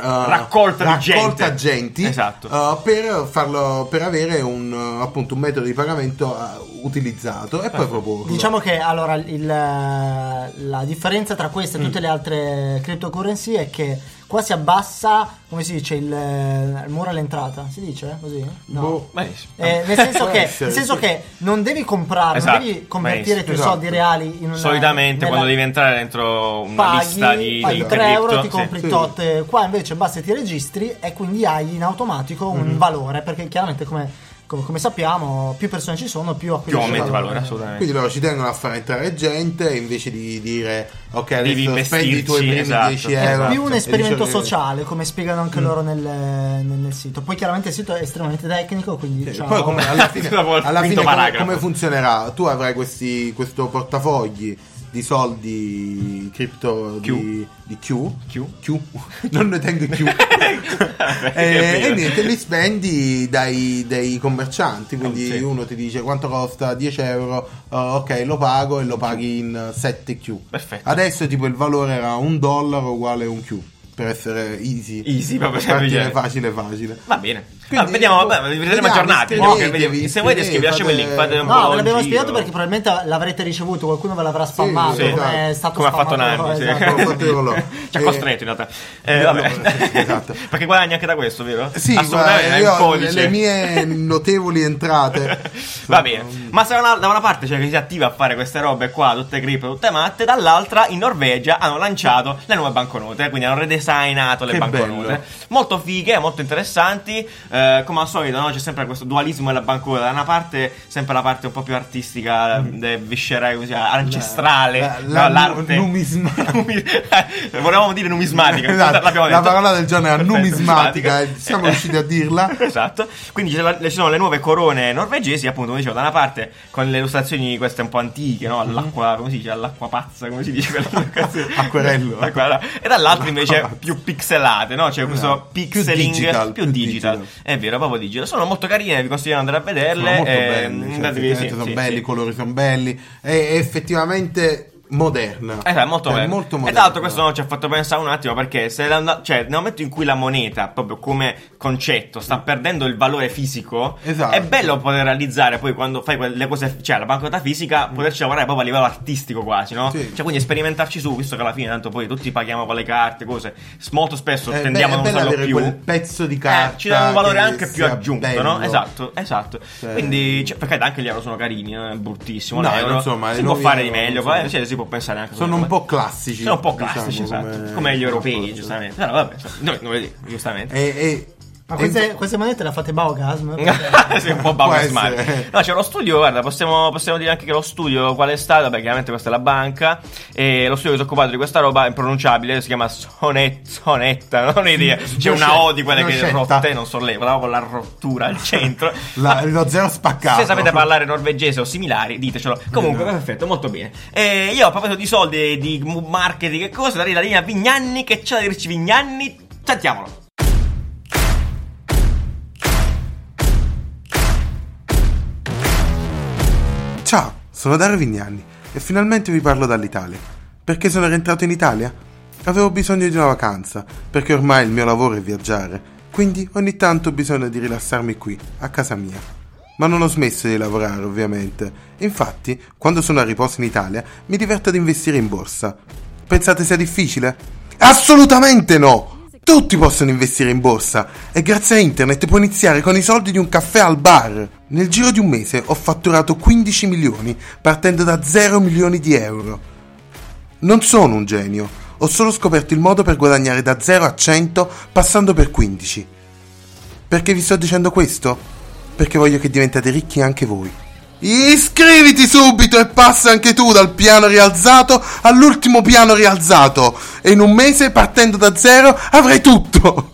S3: eh,
S1: Raccolta di gente.
S3: raccolta agenti
S1: Esatto.
S3: eh, per, farlo, per avere un, eh, appunto un metodo di pagamento eh, utilizzato e poi proporlo
S2: Diciamo che allora il- eh, la differenza tra queste e
S3: Mm.
S2: tutte le altre cryptocurrency è che qua si abbassa, come si dice, il, il muro all'entrata. Si dice così? No.
S3: Boh.
S1: Benissimo.
S2: Eh, nel senso,
S3: Può
S2: che,
S3: essere,
S2: nel senso
S3: sì.
S2: che non devi comprare,
S1: Esatto,
S2: non devi convertire i tuoi
S3: esatto.
S2: soldi reali in una
S1: Solitamente
S2: nella-
S1: quando devi entrare dentro una
S2: paghi,
S1: lista di,
S2: paghi
S1: di
S2: 3 euro
S1: cripto,
S2: ti
S1: sì.
S2: compri
S3: Sì.
S2: tot eh, qua invece basta che ti registri e quindi hai in automatico un
S3: Mm-hmm.
S2: valore perché chiaramente come, come- come sappiamo più persone ci sono più
S1: più
S2: acquisisci
S1: aumenta il valore, assolutamente.
S3: Quindi loro ci tengono a far entrare gente invece di dire ok
S1: Devi
S3: adesso spendi i tuoi
S1: investirci,
S3: primi
S1: esatto,
S3: 10
S1: esatto.
S3: euro.
S2: È Eh, più un
S3: E
S2: esperimento
S3: diciamo che- Mm.
S2: sociale, come spiegano anche loro nel, nel- nel sito. Poi chiaramente il sito è estremamente tecnico, quindi
S3: Sì,
S2: diciamo-
S3: Poi come, alla fine,
S1: Dopo il
S3: alla fine
S1: quinto
S3: come,
S1: paragrafo.
S3: come funzionerà? Tu avrai questi, questo portafogli di soldi cripto di, di Q.
S1: Q.
S3: Non ne tengo più. Eh, e, e niente, li spendi dai, dai commercianti. Quindi
S1: Oh, sì.
S3: uno ti dice quanto costa 10 euro. eh, ok, lo pago e lo paghi in 7 Q.
S1: Perfetto.
S3: Adesso tipo il valore era un dollaro uguale a un Q. Per essere easy.
S1: Easy, proprio per
S3: facile,
S1: vedere.
S3: facile, facile.
S1: Va bene.
S3: Quindi,
S1: Ah, vediamo,
S3: boh,
S1: beh, vi vedremo
S3: vediamo,
S1: aggiornati.
S3: iscrivetevi,
S1: no? Che vediamo- Se voi descrivi, lasciamo il link. Fate un po'
S2: No, ve
S1: un
S2: l'abbiamo
S1: giro.
S2: spiegato perché probabilmente l'avrete ricevuto, qualcuno ve l'avrà spammato.
S3: sì,
S2: come,
S3: esatto.
S2: è stato
S1: Come ha fatto
S2: spammato,
S1: Nanni, sì.
S2: esatto.
S3: Come ha fatto io, no.
S1: Ci ha
S3: Eh,
S1: costretto in realtà. Eh,
S3: eh,
S1: vabbè.
S3: no, esatto.
S1: perché guadagni anche da questo, vero?
S3: Sì,
S1: Assolutamente,
S3: guarda,
S1: è un
S3: io-
S1: codice.
S3: le mie notevoli entrate.
S1: Va bene, ma se una- da una parte c'è chi si attiva a fare queste robe qua, tutte grippe, tutte matte, dall'altra in Norvegia hanno lanciato le nuove banconote, quindi hanno redesignato le
S3: Che
S1: banconote.
S3: bello.
S1: Molto fighe, molto interessanti, eh, come al solito no? c'è sempre questo dualismo della banconota, da una parte sempre la parte un po' più artistica, eh, viscerale, così, ancestrale,
S3: Mm. La-
S1: no,
S3: la-
S1: l'arte.
S3: numismatica.
S1: Numi- eh, Volevamo dire numismatica,
S3: Esatto,
S1: l'abbiamo
S3: la
S1: detto.
S3: parola del giorno era
S1: Perfetto,
S3: numismatica, e siamo riusciti a dirla.
S1: Esatto, quindi ci sono- ci sono le nuove corone norvegesi, appunto, come dicevo, da una parte con le illustrazioni queste un po' antiche, no?
S3: Mm-hmm.
S1: All'acqua, come si dice? All'acqua pazza, come si dice? Quella-
S3: Acquerello.
S1: L'acqua- no. E dall'altra invece
S3: L'acqua
S1: più pixelate, no? C'è questo
S3: Esatto. Più
S1: pixeling
S3: digital,
S1: più
S3: più
S1: digital.
S3: digital.
S1: È vero, proprio digital. Sono molto carine, vi consiglio di andare a
S3: Sono
S1: vederle.
S3: molto
S1: eh,
S3: belli, cioè,
S1: andatevi- sì,
S3: effettivamente sono
S1: sì,
S3: belli,
S1: sì.
S3: i colori sono belli. E effettivamente moderna.
S1: Eh, è molto bello. e
S3: moderna.
S1: tra l'altro questo no, ci ha fatto pensare un attimo perché se la- cioè, nel momento in cui la moneta, proprio come concetto, sta perdendo il valore fisico,
S3: Esatto.
S1: è bello poter realizzare poi quando fai quelle- le cose, cioè la banconota fisica, poterci lavorare proprio a livello artistico quasi, no?
S3: Mm. Sì.
S1: Cioè quindi sperimentarci su, visto che alla fine tanto poi tutti paghiamo con le carte, cose, S- molto spesso
S3: È
S1: tendiamo a
S3: be- Eh,
S1: non
S3: è bello
S1: usarlo
S3: avere
S1: più.
S3: quel pezzo di carta
S1: Eh, ci dà un valore
S3: che
S1: anche più
S3: sia
S1: aggiunto,
S3: bello.
S1: no? Esatto, esatto.
S3: Cioè-
S1: Quindi, cioè, perché anche gli euro sono carini, non è bruttissimo.
S3: No,
S1: l'euro.
S3: insomma,
S1: si
S3: i
S1: può
S3: nuovi
S1: fare di
S3: euro,
S1: meglio,
S3: insomma.
S1: eh, cioè, si può pensare anche
S3: Sono
S1: come-
S3: un po' classici.
S1: sono un po'
S3: diciamo,
S1: classici, esatto. Come,
S3: come-
S1: gli europei,
S3: come-
S1: giustamente. Però vabbè, insomma, noi, noi vedi, giustamente.
S3: E, e-
S2: Ma
S3: e-
S2: queste, queste monete le ha fatte Baugasm? Perché-
S1: Sei un po'
S3: Può
S1: baugasmare.
S3: essere.
S1: No, c'è lo studio, guarda, possiamo, possiamo dire anche che lo studio qual è stato, vabbè, chiaramente questa è la banca. E lo studio che si è occupato di questa roba è impronunciabile, si chiama Sonet, Sonetta, non ho idea. C'è una O di quelle che
S3: Snoscetta.
S1: rotte, non so lei, però con la rottura al centro.
S3: la- lo zero spaccato.
S1: Se sapete parlare norvegese o similari, ditecelo. Comunque, perfetto, molto bene. E io a proposito di soldi, di mu- marketing e cose, darei la linea a Vignanni che c'è da dirci Vignanni. Sentiamolo.
S3: Ciao, sono Dario Vignani e finalmente vi parlo dall'Italia. Perché sono rientrato in Italia? Avevo bisogno di una vacanza, perché ormai il mio lavoro è viaggiare, quindi ogni tanto ho bisogno di rilassarmi qui, a casa mia. Ma non ho smesso di lavorare, ovviamente. Infatti, quando sono a riposo in Italia, mi diverto ad investire in borsa. Pensate sia difficile? Assolutamente no! Tutti possono investire in borsa e grazie a internet puoi iniziare con i soldi di un caffè al bar. Nel giro di un mese ho fatturato 15 milioni partendo da 0 milioni di euro. Non sono un genio, ho solo scoperto il modo per guadagnare da 0 a 100 passando per 15. Perché vi sto dicendo questo? Perché voglio che diventate ricchi anche voi. Iscriviti subito e passa anche tu dal piano rialzato all'ultimo piano rialzato. E in un mese, partendo da zero, avrai tutto.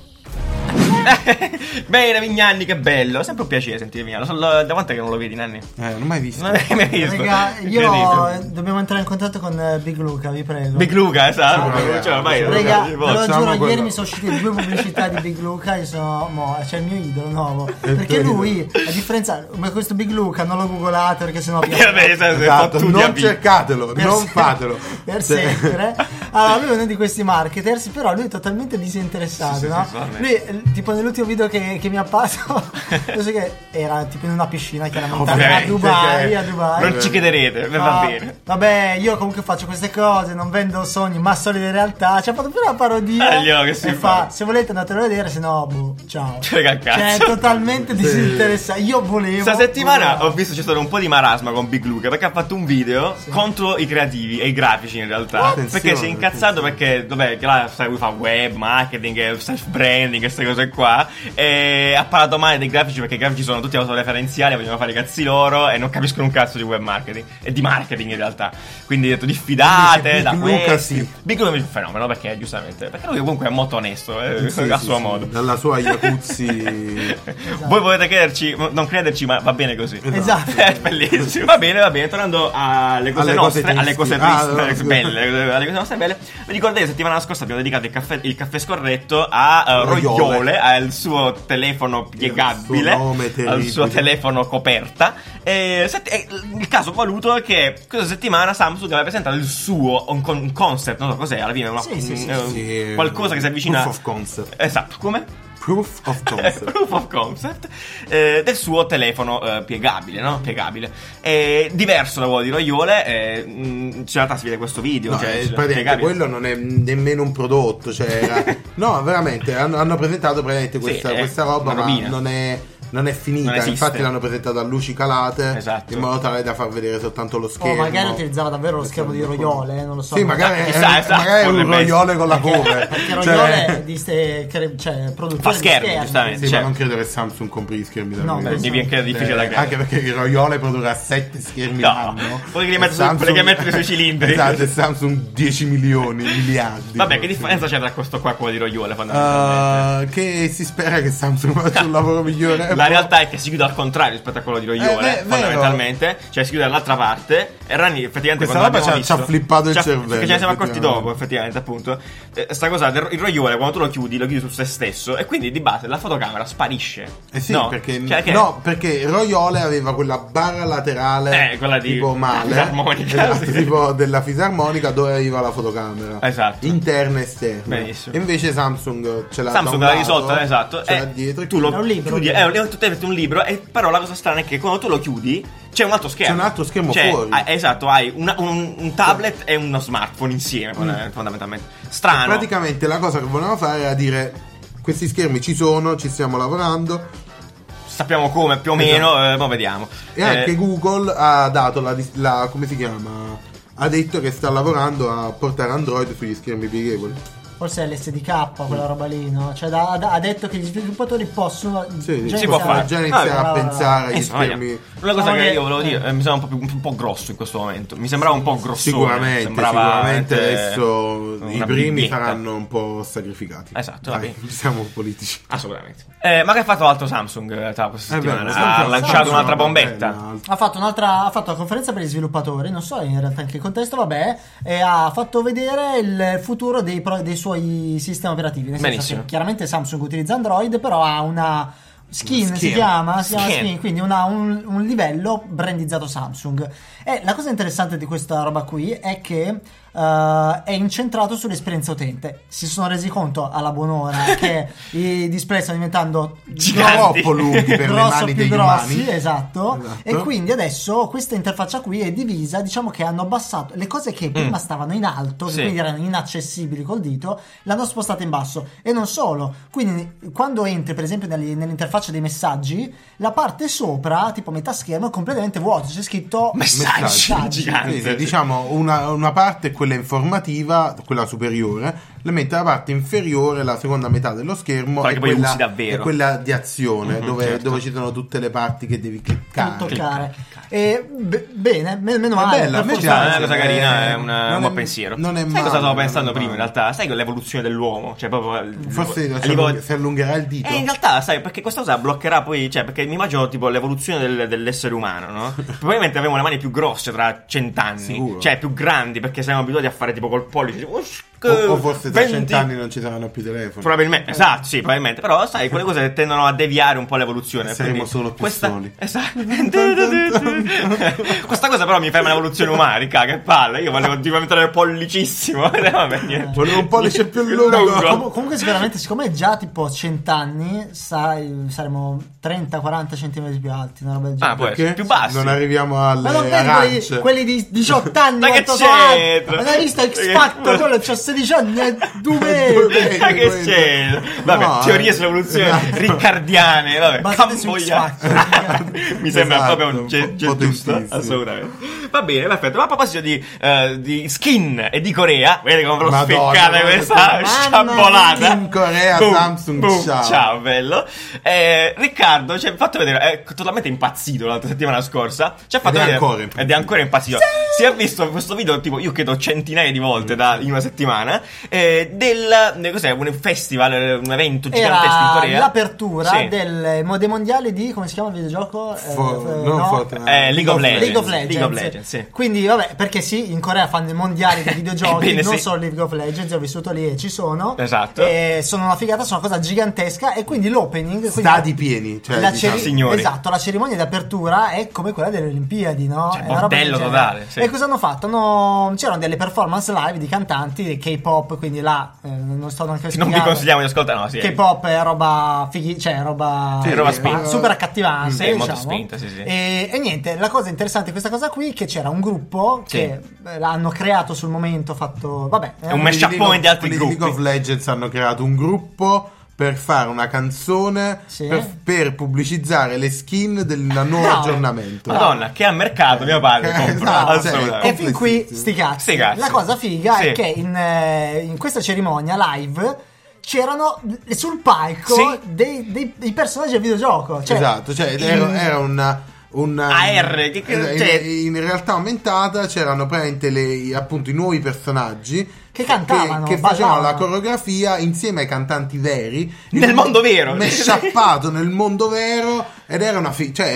S1: Bene, Vignanni, che bello. È sempre un piacere sentire Vignanni. Sono- Da quanto è che non lo vedi, Nanni?
S3: Eh, non ho mai visto.
S1: Non l'hai mai visto?
S2: Raga, io eh.
S1: Incredibile.
S2: dobbiamo entrare in contatto con eh, Big Luca, vi prego.
S1: Big Luca, esatto.
S3: Sì,
S1: Cioè, ormai
S3: sì,
S2: Raga,
S1: non
S2: ve
S1: si
S2: lo
S1: può.
S3: Facciamo
S2: giuro,
S3: quello.
S2: ieri mi sono uscite due pubblicità di Big Luca. Io sono. Mo, c'è il mio idolo nuovo. Perché
S3: tuo
S2: lui, a differenza. Ma questo Big Luca non lo googolate perché sennò vi
S1: Vabbè, sai, sei
S3: Esatto,
S1: fottuti a
S3: non
S1: vi-
S3: cercatelo,
S2: Per
S3: non
S2: se-
S3: fatelo.
S2: per
S3: Cioè,
S2: sempre allora lui è uno di questi marketers però lui è totalmente disinteressato
S1: Sì, sì,
S2: no?
S1: sì, sì,
S2: lui eh, tipo nell'ultimo video che, che mi ha appasso non so che era tipo in una piscina chiaramente a
S1: Ovviamente,
S2: Dubai
S3: che-
S2: a Dubai Ah,
S1: Non ci chiederete,
S2: No,
S1: Eh, va bene.
S2: Vabbè, io comunque faccio queste cose, non vendo sogni, ma solide realtà. Ci ha fatto pure una parodia.
S1: Ah, io che
S2: e
S1: si
S2: fa,
S1: fa.
S2: se volete andatelo a vedere, se no, boh, ciao.
S1: Cioè, che cazzo.
S2: Cioè, è totalmente disinteressato. Io volevo.
S1: Sta settimana
S2: volevo.
S1: ho visto c'è stato un po' di marasma con Big Luca perché ha fatto un video contro i creativi e i grafici in realtà.
S3: Attenzione,
S1: perché si è incazzato
S3: attenzione.
S1: perché, vabbè, che là sai, lui fa web, marketing, eh, self-branding, queste cose qua. E ha parlato male dei grafici perché i grafici sono tutti autoreferenziali, vogliono fare i cazzi loro e non capiscono un cazzo di web marketing e di marketing in realtà. Quindi ha detto diffidate
S3: Invece
S1: da
S3: Big Luca
S1: questi.
S3: sì.
S1: Big Luca è un fenomeno perché giustamente, perché lui comunque è molto onesto eh,
S3: sì,
S1: a
S3: sì,
S1: suo
S3: sì,
S1: modo.
S3: Dalla sua Iacuzzi.
S1: Voi potete crederci, non crederci, ma va bene così.
S2: Esatto.
S1: È bellissimo. Va bene, va bene. Tornando alle cose
S3: Alle cose
S1: nostre, alle cose
S3: tristi.
S1: triste,
S3: Ah,
S1: alle
S3: no,
S1: cose
S3: scusa.
S1: belle, alle cose nostre belle. Vi ricordate la settimana scorsa abbiamo dedicato il caffè, il caffè scorretto a eh,
S3: Rogliole.
S1: Rogliole, al suo telefono piegabile,
S3: suo nome
S1: al
S3: terribile.
S1: suo telefono coperta. E, sett- e il caso valuto è che questa settimana Samsung aveva presentato il suo un, con- un concept, non so cos'è, alla fine una-
S2: Sì, sì, sì,
S1: un-
S3: sì.
S1: qualcosa che si avvicina
S3: Proof of concept.
S1: Esatto, come?
S3: Proof of
S1: Eh,
S3: concept.
S1: proof of concept eh, del suo telefono eh, piegabile, no? Piegabile. Eh, diverso da quello di Roiole, eh, mh, in realtà si vede questo video,
S3: No,
S1: cioè,
S3: eh,
S1: cioè,
S3: praticamente
S1: piegabile.
S3: quello non è nemmeno un prodotto. Cioè, era- no, veramente hanno, hanno presentato praticamente
S1: Sì,
S3: questa,
S1: è
S3: questa roba,
S1: una
S3: ma
S1: rovina.
S3: non è, non è finita.
S1: Non esiste.
S3: Infatti, l'hanno presentata a luci calate
S1: Esatto.
S3: in modo tale da far vedere soltanto lo
S2: Oh,
S3: schermo.
S2: magari utilizzava davvero lo schermo di Roiole, eh, non lo so.
S3: Sì, magari, è-
S1: Chissà, esatto,
S3: magari è un
S1: potrebbe essere.
S3: roiole con la cover.
S2: Perché
S3: Cioè-
S2: Roiole è di ste, cre- cioè, produttore
S1: Fa
S2: di
S1: schermi, giustamente.
S3: Sì,
S1: Cioè-
S3: ma non credo che Samsung compri gli schermi da
S2: No,
S3: noi.
S2: beh, mi
S1: viene anche difficile da
S3: Eh,
S1: credere.
S3: Anche perché il Roiole produrrà 7 schermi
S1: No,
S3: l'anno.
S1: quelli che li
S3: E
S1: metto su- quelli che mettono sui cilindri.
S3: Esatto, e Samsung 10 milioni, miliardi.
S1: Vabbè, che differenza c'è tra questo qua e quello di Roiole fondamentalmente?
S3: Eh, che si spera che Samsung faccia un lavoro migliore.
S1: La realtà è che si chiude al contrario rispetto a quello di Roglione,
S3: Eh, beh,
S1: fondamentalmente, cioè si chiude dall'altra parte. E Rani, effettivamente,
S3: Questa
S1: quando
S3: roba
S1: l'abbiamo
S3: ci ha- ci ha
S1: visto-
S3: flippato il
S1: ci ha-
S3: cervello,
S1: Perché ce ne siamo accorti
S3: effettivamente.
S1: dopo, effettivamente, appunto. Eh, sta cosa, del- il Roglione, quando tu lo chiudi, lo chiudi su se stesso, e quindi di base la fotocamera sparisce.
S3: Eh sì,
S1: no?
S3: perché,
S1: Cioè, che-
S3: no, perché Royole aveva quella barra laterale
S1: Eh, quella di-
S3: tipo male,
S1: fisarmonica,
S3: esatto,
S1: sì.
S3: tipo della fisarmonica dove arriva la fotocamera.
S1: Esatto.
S3: Interna e esterna.
S1: Benissimo.
S3: E invece Samsung ce l'ha da un
S1: Samsung l'ha
S3: lato,
S1: risolta, esatto.
S3: Ce l'ha
S1: e
S3: dietro e
S1: tu lo
S2: È un libro,
S1: chiudi,
S2: ok.
S1: è un, tu ti metti un libro, e però la cosa strana è che quando tu lo chiudi c'è un altro schermo.
S3: C'è un altro schermo
S1: Cioè,
S3: fuori.
S1: hai- esatto, hai una- un, un tablet e uno smartphone insieme,
S3: Mm.
S1: fond- fondamentalmente.
S3: Cioè,
S1: Strano.
S3: Praticamente la cosa che volevano fare era dire questi schermi ci sono, ci stiamo lavorando
S1: Sappiamo come, più o
S3: Esatto.
S1: meno, eh, ma vediamo.
S3: e anche
S1: Eh,
S3: Google ha dato la, dis- la come si chiama? Ha detto che sta lavorando a portare Android sugli schermi pieghevoli.
S2: Forse è l'SDK, quella roba lì, no? Cioè, da- da- ha detto che gli sviluppatori possono.
S3: Sì,
S2: già
S1: Si può
S3: possiamo
S2: iniziare- Ah,
S1: fare.
S3: già iniziare
S1: Vabbè.
S3: a pensare agli
S1: Insomma,
S3: schermi.
S1: vediamo. una cosa
S2: Diciamo
S1: che
S2: che-
S1: io volevo dire,
S2: eh.
S1: eh, mi sembra un po', più- un po' grosso in questo momento. Mi sembrava un po' eh, grosso.
S3: Sicuramente, sicuramente adesso i primi saranno un po' sacrificati.
S1: Esatto, va
S3: Dai,
S1: bene.
S3: siamo politici.
S1: Assolutamente. Eh, ma che ha fatto altro Samsung eh, tra questa
S3: Eh beh,
S1: settimana?
S3: Samsung-
S1: ha lanciato
S3: Samsung
S1: un'altra
S3: è una
S1: bombetta.
S3: bella-
S2: Ha fatto, un'altra, ha fatto una conferenza per gli sviluppatori, non so in realtà in che contesto, vabbè, e ha fatto vedere il futuro dei, pro- dei suoi sistemi operativi. Nel senso
S1: Benissimo.
S2: che chiaramente Samsung utilizza Android, però ha una skin,
S3: Una
S2: si
S3: skin.
S2: chiama, si chiama
S1: Skin.
S2: skin, quindi una- un, un livello brandizzato Samsung. E la cosa interessante di questa roba qui è che eh, è incentrato sull'esperienza utente. Si sono resi conto alla buon'ora che i display stanno diventando
S1: Giganti.
S3: Troppo lunghi per le
S2: grosso
S3: mani
S2: più
S3: degli
S2: grossi,
S3: umani.
S2: Esatto.
S3: Esatto.
S2: E quindi adesso questa interfaccia qui è divisa, diciamo che hanno abbassato le cose
S3: Mm.
S2: che prima stavano in alto, che
S1: Sì.
S2: quindi erano inaccessibili col dito, l'hanno spostata in basso. E non solo, quindi quando entri per esempio negli- nell'interfaccia dei messaggi, la parte sopra, tipo metà schermo, è completamente vuoto, c'è scritto
S1: Messaggi,
S2: Messaggi.
S1: giganti.
S3: Quindi, diciamo una, una parte è quella informativa, quella superiore, la mentre la parte inferiore, la seconda metà dello schermo,
S1: Quella
S3: è
S1: che poi
S3: quella,
S1: usi davvero.
S3: è quella di azione,
S1: Mhm,
S3: dove,
S1: certo.
S3: dove ci sono tutte le parti che devi
S2: Non
S3: cliccare.
S2: toccare. E be- bene, me- meno
S3: È
S2: male.
S3: bella, a me
S2: per fortuna.
S1: Sai, è
S3: piace.
S1: una cosa carina,
S3: eh,
S1: è una-
S3: non
S1: un
S3: è-
S1: buon pensiero.
S3: non è
S1: sai
S3: male,
S1: cosa stavo
S3: non è
S1: pensando
S3: male.
S1: prima in realtà? Sai che l'evoluzione dell'uomo, cioè proprio il- a
S3: Forse si
S1: livello-
S3: allung- si allungherà il dito.
S1: Eh, in realtà, sai, perché questa cosa bloccherà poi, cioè, perché mi immagino tipo l'evoluzione del- dell'essere umano, no? Probabilmente avremo le mani più grosse tra cent'anni,
S3: Sicuro.
S1: cioè più grandi, perché siamo abituati a fare tipo col pollice, tipo, ush,
S3: o, o forse tra
S1: 20.
S3: cent'anni non ci saranno più telefoni.
S1: Probabilmente, esatto, sì, probabilmente. Però, sai, quelle cose tendono a deviare un po' l'evoluzione.
S3: Saremo
S1: quindi
S3: solo più
S1: questa...
S3: soli.
S1: Esatto. Eh, questa cosa, però, mi ferma l'evoluzione umana, raga, che palle. Io volevo diventare pollicissimo. Eh, Vabbè, niente.
S3: Volevo un pollice più
S1: Più
S3: lungo.
S1: lungo.
S2: Com- comunque sicuramente siccome è già tipo 100 anni sai, saremo 30-40 centimetri più alti una roba del
S1: Ah,
S2: genere
S1: può essere.
S3: Perché
S1: Più bassi.
S3: Non arriviamo
S2: ma
S3: alle
S2: non vedi quelli,
S3: arance.
S2: quelli di 18 anni
S1: Ma che
S2: quanto sono alti?
S1: c'entra?
S2: ma l'hai visto X Factor quello c'ha 16 anni e due
S3: Due metri.
S2: metri
S1: Ma che
S3: quello.
S1: c'è? Vabbè,
S3: No,
S1: teorie
S3: eh.
S1: sull'evoluzione
S3: Esatto.
S1: riccardiane, vabbè,
S2: Basate su
S1: camboia.
S2: X Factor.
S1: Mi sembra
S3: Esatto,
S1: proprio un
S3: un
S1: ge-
S3: po'
S1: ge- giusto,
S3: tristissimo.
S1: assolutamente. Va bene, perfetto. Ma a proposito di, eh, di skin e di Corea, vedete come avrò
S3: Madonna,
S1: spiccata
S3: guarda
S1: questa
S2: che-
S1: sciabolata.
S3: In Corea, Samsung, ciao.
S1: ciao, Ah, bello. Eh, Riccardo ci ha fatto vedere, è totalmente impazzito l'altra settimana scorsa. Ci ha fatto
S3: Ed è
S1: vedere,
S3: ancora impazzito.
S1: ed è ancora impazzito. Si è visto questo video, tipo, io credo centinaia di volte da- in una settimana. eh, del eh, cos'è? Un festival, eh, un evento gigantesco in
S2: era
S1: Corea.
S2: l'apertura
S1: Sì.
S2: del mode mondiale di come si chiama il videogioco? Eh,
S3: Fo-
S2: eh,
S3: non
S2: no?
S3: Fortnite.
S1: Eh, League of Legends.
S2: League of Legends.
S1: League of Legends, sì.
S2: Quindi, vabbè, perché sì, in Corea fanno i mondiali di videogiochi,
S1: Ebbene,
S2: non
S1: sì.
S2: solo League of Legends, io ho vissuto lì e ci sono.
S1: Esatto.
S2: E sono una figata, sono una cosa gigantesca e quindi l'opening... quindi
S3: Stadi pieni. Cioè,
S2: la
S3: diciamo,
S2: ceri-
S1: Signori.
S2: Esatto, la cerimonia di apertura è come quella delle Olimpiadi, no?
S1: Cioè,
S2: È una roba del
S1: bordello
S2: genere.
S1: totale, sì.
S2: E cosa hanno fatto? Hanno- C'erano delle performance live di cantanti K-pop, quindi là eh, non sto neanche
S1: Non vi
S2: spiegando.
S1: consigliamo di ascoltare, no, sì. eh.
S2: K-pop è roba fighi, cioè roba,
S1: Sì,
S2: eh,
S1: roba spinta.
S2: super accattivante,
S1: Sì,
S2: diciamo.
S1: molto spinta, sì, sì.
S2: E, e niente, la cosa interessante di questa cosa qui è che c'era un gruppo
S1: Sì.
S2: che eh, l'hanno creato sul momento, fatto vabbè, eh,
S1: un
S3: quelli
S1: mashup
S3: League of-
S1: point di altri
S3: quelli
S1: gruppi.
S3: League of Legends hanno creato un gruppo per fare una canzone
S2: Sì.
S3: per, per pubblicizzare le skin del nuovo
S2: Bravo.
S3: aggiornamento.
S1: Madonna, che ha mercato mio padre.
S3: Esatto,
S1: compra,
S3: sì.
S1: assolutamente.
S2: E fin qui sti cazzi.
S1: Sti cazzi.
S2: La cosa figa
S1: Sì.
S2: è che in, eh, in questa cerimonia live c'erano l- sul palco
S1: Sì.
S2: dei, dei- dei personaggi del videogioco. Cioè,
S3: esatto, cioè era,
S2: in-
S3: era una, una
S1: AR, che- che-
S3: in-
S1: cioè-
S3: in, realtà aumentata c'erano praticamente le- appunto i nuovi personaggi
S2: Che cantavano,
S3: che, che facevano
S2: ballavano.
S3: la coreografia insieme ai cantanti veri
S1: Nel
S3: In-
S1: mondo vero.
S3: mesciappato nel mondo vero ed era una fi- cioè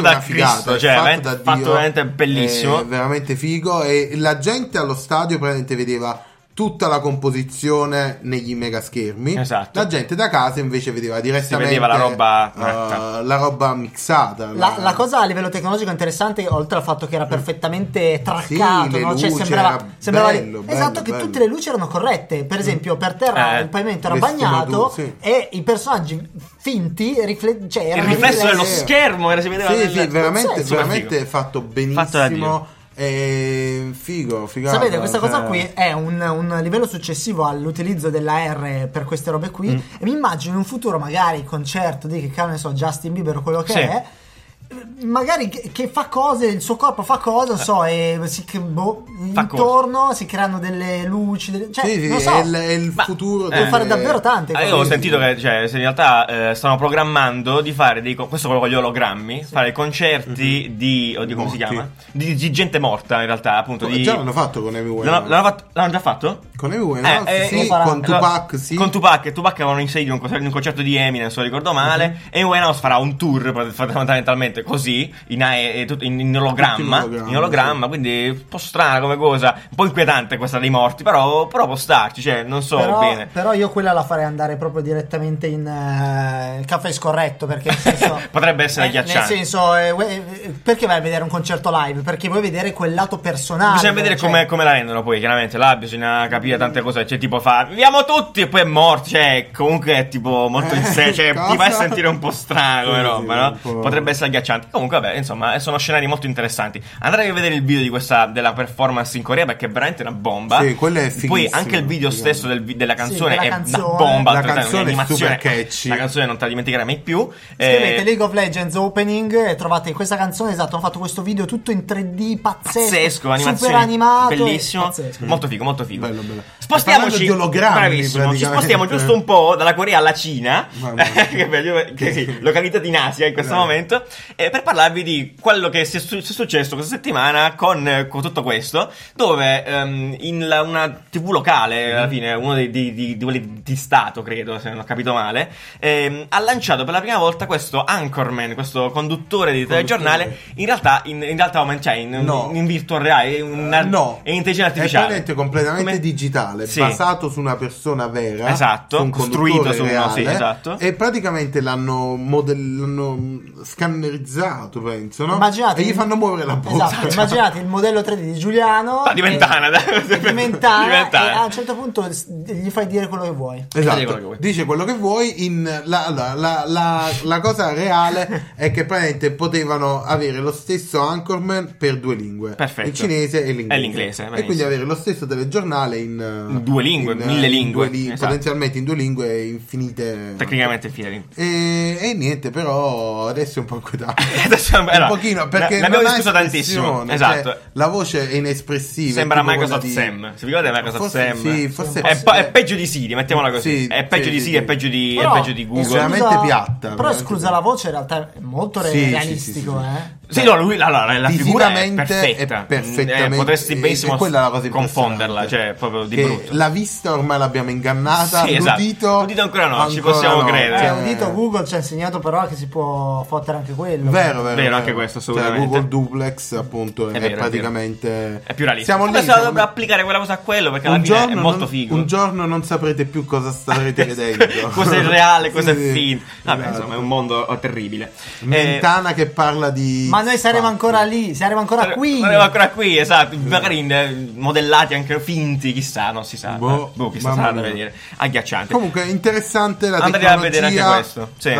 S1: Fatto da
S3: una figata
S1: Cristo, cioè, veramente- fatto veramente bellissimo.
S3: eh, veramente figo e la gente allo stadio praticamente vedeva tutta la composizione negli mega schermi
S1: Esatto.
S3: la gente da casa invece vedeva direttamente
S1: vedeva la roba ecco.
S3: eh,
S1: netta.
S3: la roba mixata
S2: La, la cosa a livello tecnologico interessante, oltre al fatto che era perfettamente traccato,
S3: Mm. le
S2: no? Cioè,
S3: luci,
S2: sembrava,
S3: era
S2: sembrava-
S3: bello, bello,
S2: esatto, che
S3: bello. Mm.
S2: tutte le luci erano corrette. Per esempio, per terra
S1: Eh,
S2: il pavimento era
S3: le
S2: bagnato
S3: sfumature, sì.
S2: e i personaggi finti rifle- cioè,
S1: Il
S2: erano
S1: riflesso
S2: riflessi-
S1: dello
S3: sì.
S1: schermo era, si vedeva
S3: sì,
S1: nel-
S3: sì, veramente,
S1: Pazzesco.
S3: veramente fatto
S1: Fatto da
S3: benissimo
S1: Dio.
S3: e figo figata,
S2: Sapete, questa
S3: cioè-
S2: cosa qui è un, un livello successivo all'utilizzo della R per queste robe
S3: Mm.
S2: qui. E mi immagino in un futuro, magari concerto di che cavolo ne so, Justin Bieber o quello che
S1: Sì.
S2: è. Magari che, che fa cose, il suo corpo fa cose, non
S3: Eh.
S2: so, e si, che- boh,
S1: Fa
S2: intorno si creano delle luci, delle- cioè,
S3: sì, sì,
S2: non so,
S3: è il, è il
S1: Ma-
S3: futuro
S1: eh,
S2: puoi fare davvero tante
S1: Ah,
S2: cose.
S1: io ho sentito che cioè, se in realtà eh, stanno programmando di fare dei co- questo è quello con gli ologrammi, fare concerti di oddio, come si
S3: Mhm. Morti.
S1: chiama? Di, di gente morta in realtà, appunto, di
S3: già l'hanno fatto con Amy
S1: L'hanno-
S3: Winehouse
S1: l'hanno fatto- l'hanno già fatto?
S3: con Amy Winehouse
S1: Eh, eh,
S3: sì,
S2: lo farà.
S3: con Tupac
S1: Allora,
S3: sì
S1: Con Tupac, Tupac avevano inserito un concerto, un concerto di Eminem, se non ricordo male. E Winehouse farà un tour pra- fondamentalmente così, in, ae- e tutto- in- in ologramma.
S3: Tutti in ologramma,
S1: in ologramma, quindi un po' strana come cosa. Un po' inquietante questa dei morti, però, però può starci, cioè, non so
S2: però,
S1: bene.
S2: però io quella la farei andare proprio direttamente in eh, caffè scorretto perché nel senso,
S1: Potrebbe essere
S2: nel-
S1: agghiacciante.
S2: Nel senso, eh, we- eh, perché vai a vedere un concerto live? Perché vuoi vedere quel lato personale.
S1: Bisogna vedere
S2: cioè-
S1: come, come la rendono poi, chiaramente. Là bisogna capire tante cose. Cioè, tipo, fa viviamo tutti e poi è morto. Cioè, comunque è tipo molto in sé.
S3: Eh,
S1: Cioè,
S3: cosa?
S1: ti fa sentire un po' strano come
S3: Sì, sì,
S1: roba, no?
S3: un po'.
S1: Potrebbe essere agghiacciante. Comunque, vabbè, insomma, eh, sono scenari molto interessanti. Andrei a vedere il video di questa della performance in Corea perché è veramente una bomba.
S3: Sì, quello è
S1: Poi
S3: fighissimo,
S1: anche il video
S3: fighissimo.
S1: stesso del vi- della canzone
S2: della
S1: è
S2: canzone.
S1: una bomba.
S3: La
S1: altrettanto,
S3: canzone è
S1: un'animazione.
S3: super catchy.
S1: La canzone non te la dimenticherai mai più.
S2: Scrivete
S1: Eh,
S2: League of Legends Opening e trovate questa canzone. Esatto, hanno fatto questo video tutto in 3D pazzesco,
S1: pazzesco, animazione
S2: super animato,
S1: bellissimo,
S2: pazzesco.
S1: molto figo, molto figo.
S3: Bello, bello. Parlando
S1: Spostiamoci,
S3: di ologrammi,
S1: bravissimo, ci
S3: praticamente.
S1: spostiamo giusto un po' dalla Corea alla Cina,
S3: Mamma mia.
S1: che, bello, che sì, località in Asia in questo
S3: Bravo.
S1: momento, eh, per parlarvi di quello che si è, su- si è successo questa settimana con, eh, con tutto questo, dove ehm, in la- una tv
S3: Mm.
S1: locale, alla fine, uno dei, di, di- di quelli di Stato, credo, se non ho capito male, ehm, ha lanciato per la prima volta questo anchorman, questo conduttore di telegiornale, in realtà, in, in realtà aument- cioè, in,
S3: No.
S1: in virtual reale, è un
S3: Eh, no,
S1: è intelligenza artificiale.
S3: È praticamente completamente
S1: Come-
S3: digitale,
S1: Sì.
S3: basato su una persona vera,
S1: Esatto,
S3: su un
S1: costruito
S3: conduttore
S1: su uno,
S3: reale,
S1: sì, esatto.
S3: E praticamente l'hanno, modell- l'hanno scannerizzato, penso, no?
S2: Immaginate,
S3: e gli fanno muovere la bocca. cioè.
S2: Esatto, immaginate il modello 3D di Giuliano.
S1: Ah, di Mentana,
S2: e-
S1: dai.
S2: di Mentana,
S1: Di Mentana.
S2: E a un certo punto s- gli fai dire quello che vuoi.
S3: Esatto,
S1: Fate quello che vuoi.
S3: dice quello che vuoi. in- la, la- la- la- la cosa reale è che praticamente potevano avere lo stesso Anchorman per due lingue:
S1: Perfetto.
S3: il cinese e l'inglese.
S1: E l'inglese,
S3: E quindi
S1: benissimo.
S3: avere lo stesso telegiornale in, eh,
S1: In due lingue,
S3: in,
S1: mille
S3: in
S1: lingue,
S3: due li-
S1: esatto.
S3: Potenzialmente in due lingue infinite.
S1: Tecnicamente Fieri.
S3: E, e niente, però adesso è un po' inquietante.
S1: Adesso,
S3: un
S1: allora,
S3: pochino perché
S1: ne abbiamo
S3: non ha
S1: discusso tantissimo.
S3: espressione, cioè,
S1: Esatto.
S3: la voce è inespressiva. è
S1: Sembra
S3: tipo
S1: Microsoft
S3: quella di-
S1: Sam. Si ricordate Microsoft
S3: Forse
S1: Sam?
S3: sì, forse-
S1: è, pa- è peggio di Siri, mettiamola così.
S3: Sì,
S1: è peggio
S3: sì,
S1: di
S3: sì,
S1: Siri, è
S3: sì.
S1: peggio di, è
S2: Però,
S1: peggio di Google.
S2: scusa-
S3: Veramente piatta,
S2: Però
S3: veramente
S2: esclusa
S3: piatta.
S2: la voce, in realtà è molto re-
S3: Sì, sì,
S2: realistico,
S3: sì, sì, sì.
S2: eh.
S1: Sì, no, lui, allora, la figura è
S3: Visivamente è
S1: perfetta.
S3: perfettamente-
S1: Eh, potresti benissimo
S3: è quella la cosa
S1: confonderla,
S3: impressionante.
S1: cioè, proprio di
S3: Che
S1: brutto.
S3: La vista ormai l'abbiamo ingannata,
S1: Sì, esatto.
S3: l'udito, Cioè,
S1: L'udito ancora no, ci possiamo credere.
S2: Eh,
S1: Eh,
S2: ho dito Google ci ha insegnato però che si può fottere anche quello.
S3: Vero, vero,
S1: Vero, anche questo, assolutamente.
S3: Cioè, Google Duplex, appunto, è,
S1: È vero, è
S3: praticamente.
S1: È più realistico.
S3: Siamo lì.
S1: Adesso
S3: siamo
S1: dovrà
S3: lì.
S1: applicare quella cosa a quello perché alla
S3: un,
S1: fine
S3: giorno
S1: è molto
S3: non,
S1: figo.
S3: un giorno non saprete più cosa starete vedendo.
S1: cosa è reale, cosa
S3: Sì,
S1: è
S3: sì.
S1: finta. Vabbè,
S3: Esatto.
S1: insomma, è un mondo terribile. Eh,
S3: Mentana che parla di.
S2: Ma noi saremo ancora lì, saremo ancora qui.
S1: Saremo Eh, ancora qui, esatto. Magari in- eh, modellati anche finti, chissà, non si sa.
S3: Boh,
S1: boh chissà,
S3: mamma
S1: sarà da
S3: mia.
S1: vedere. Agghiacciante.
S3: Comunque, interessante la
S1: Andrei a
S3: tecnologia.
S1: vedere anche questo, sì.
S3: eh,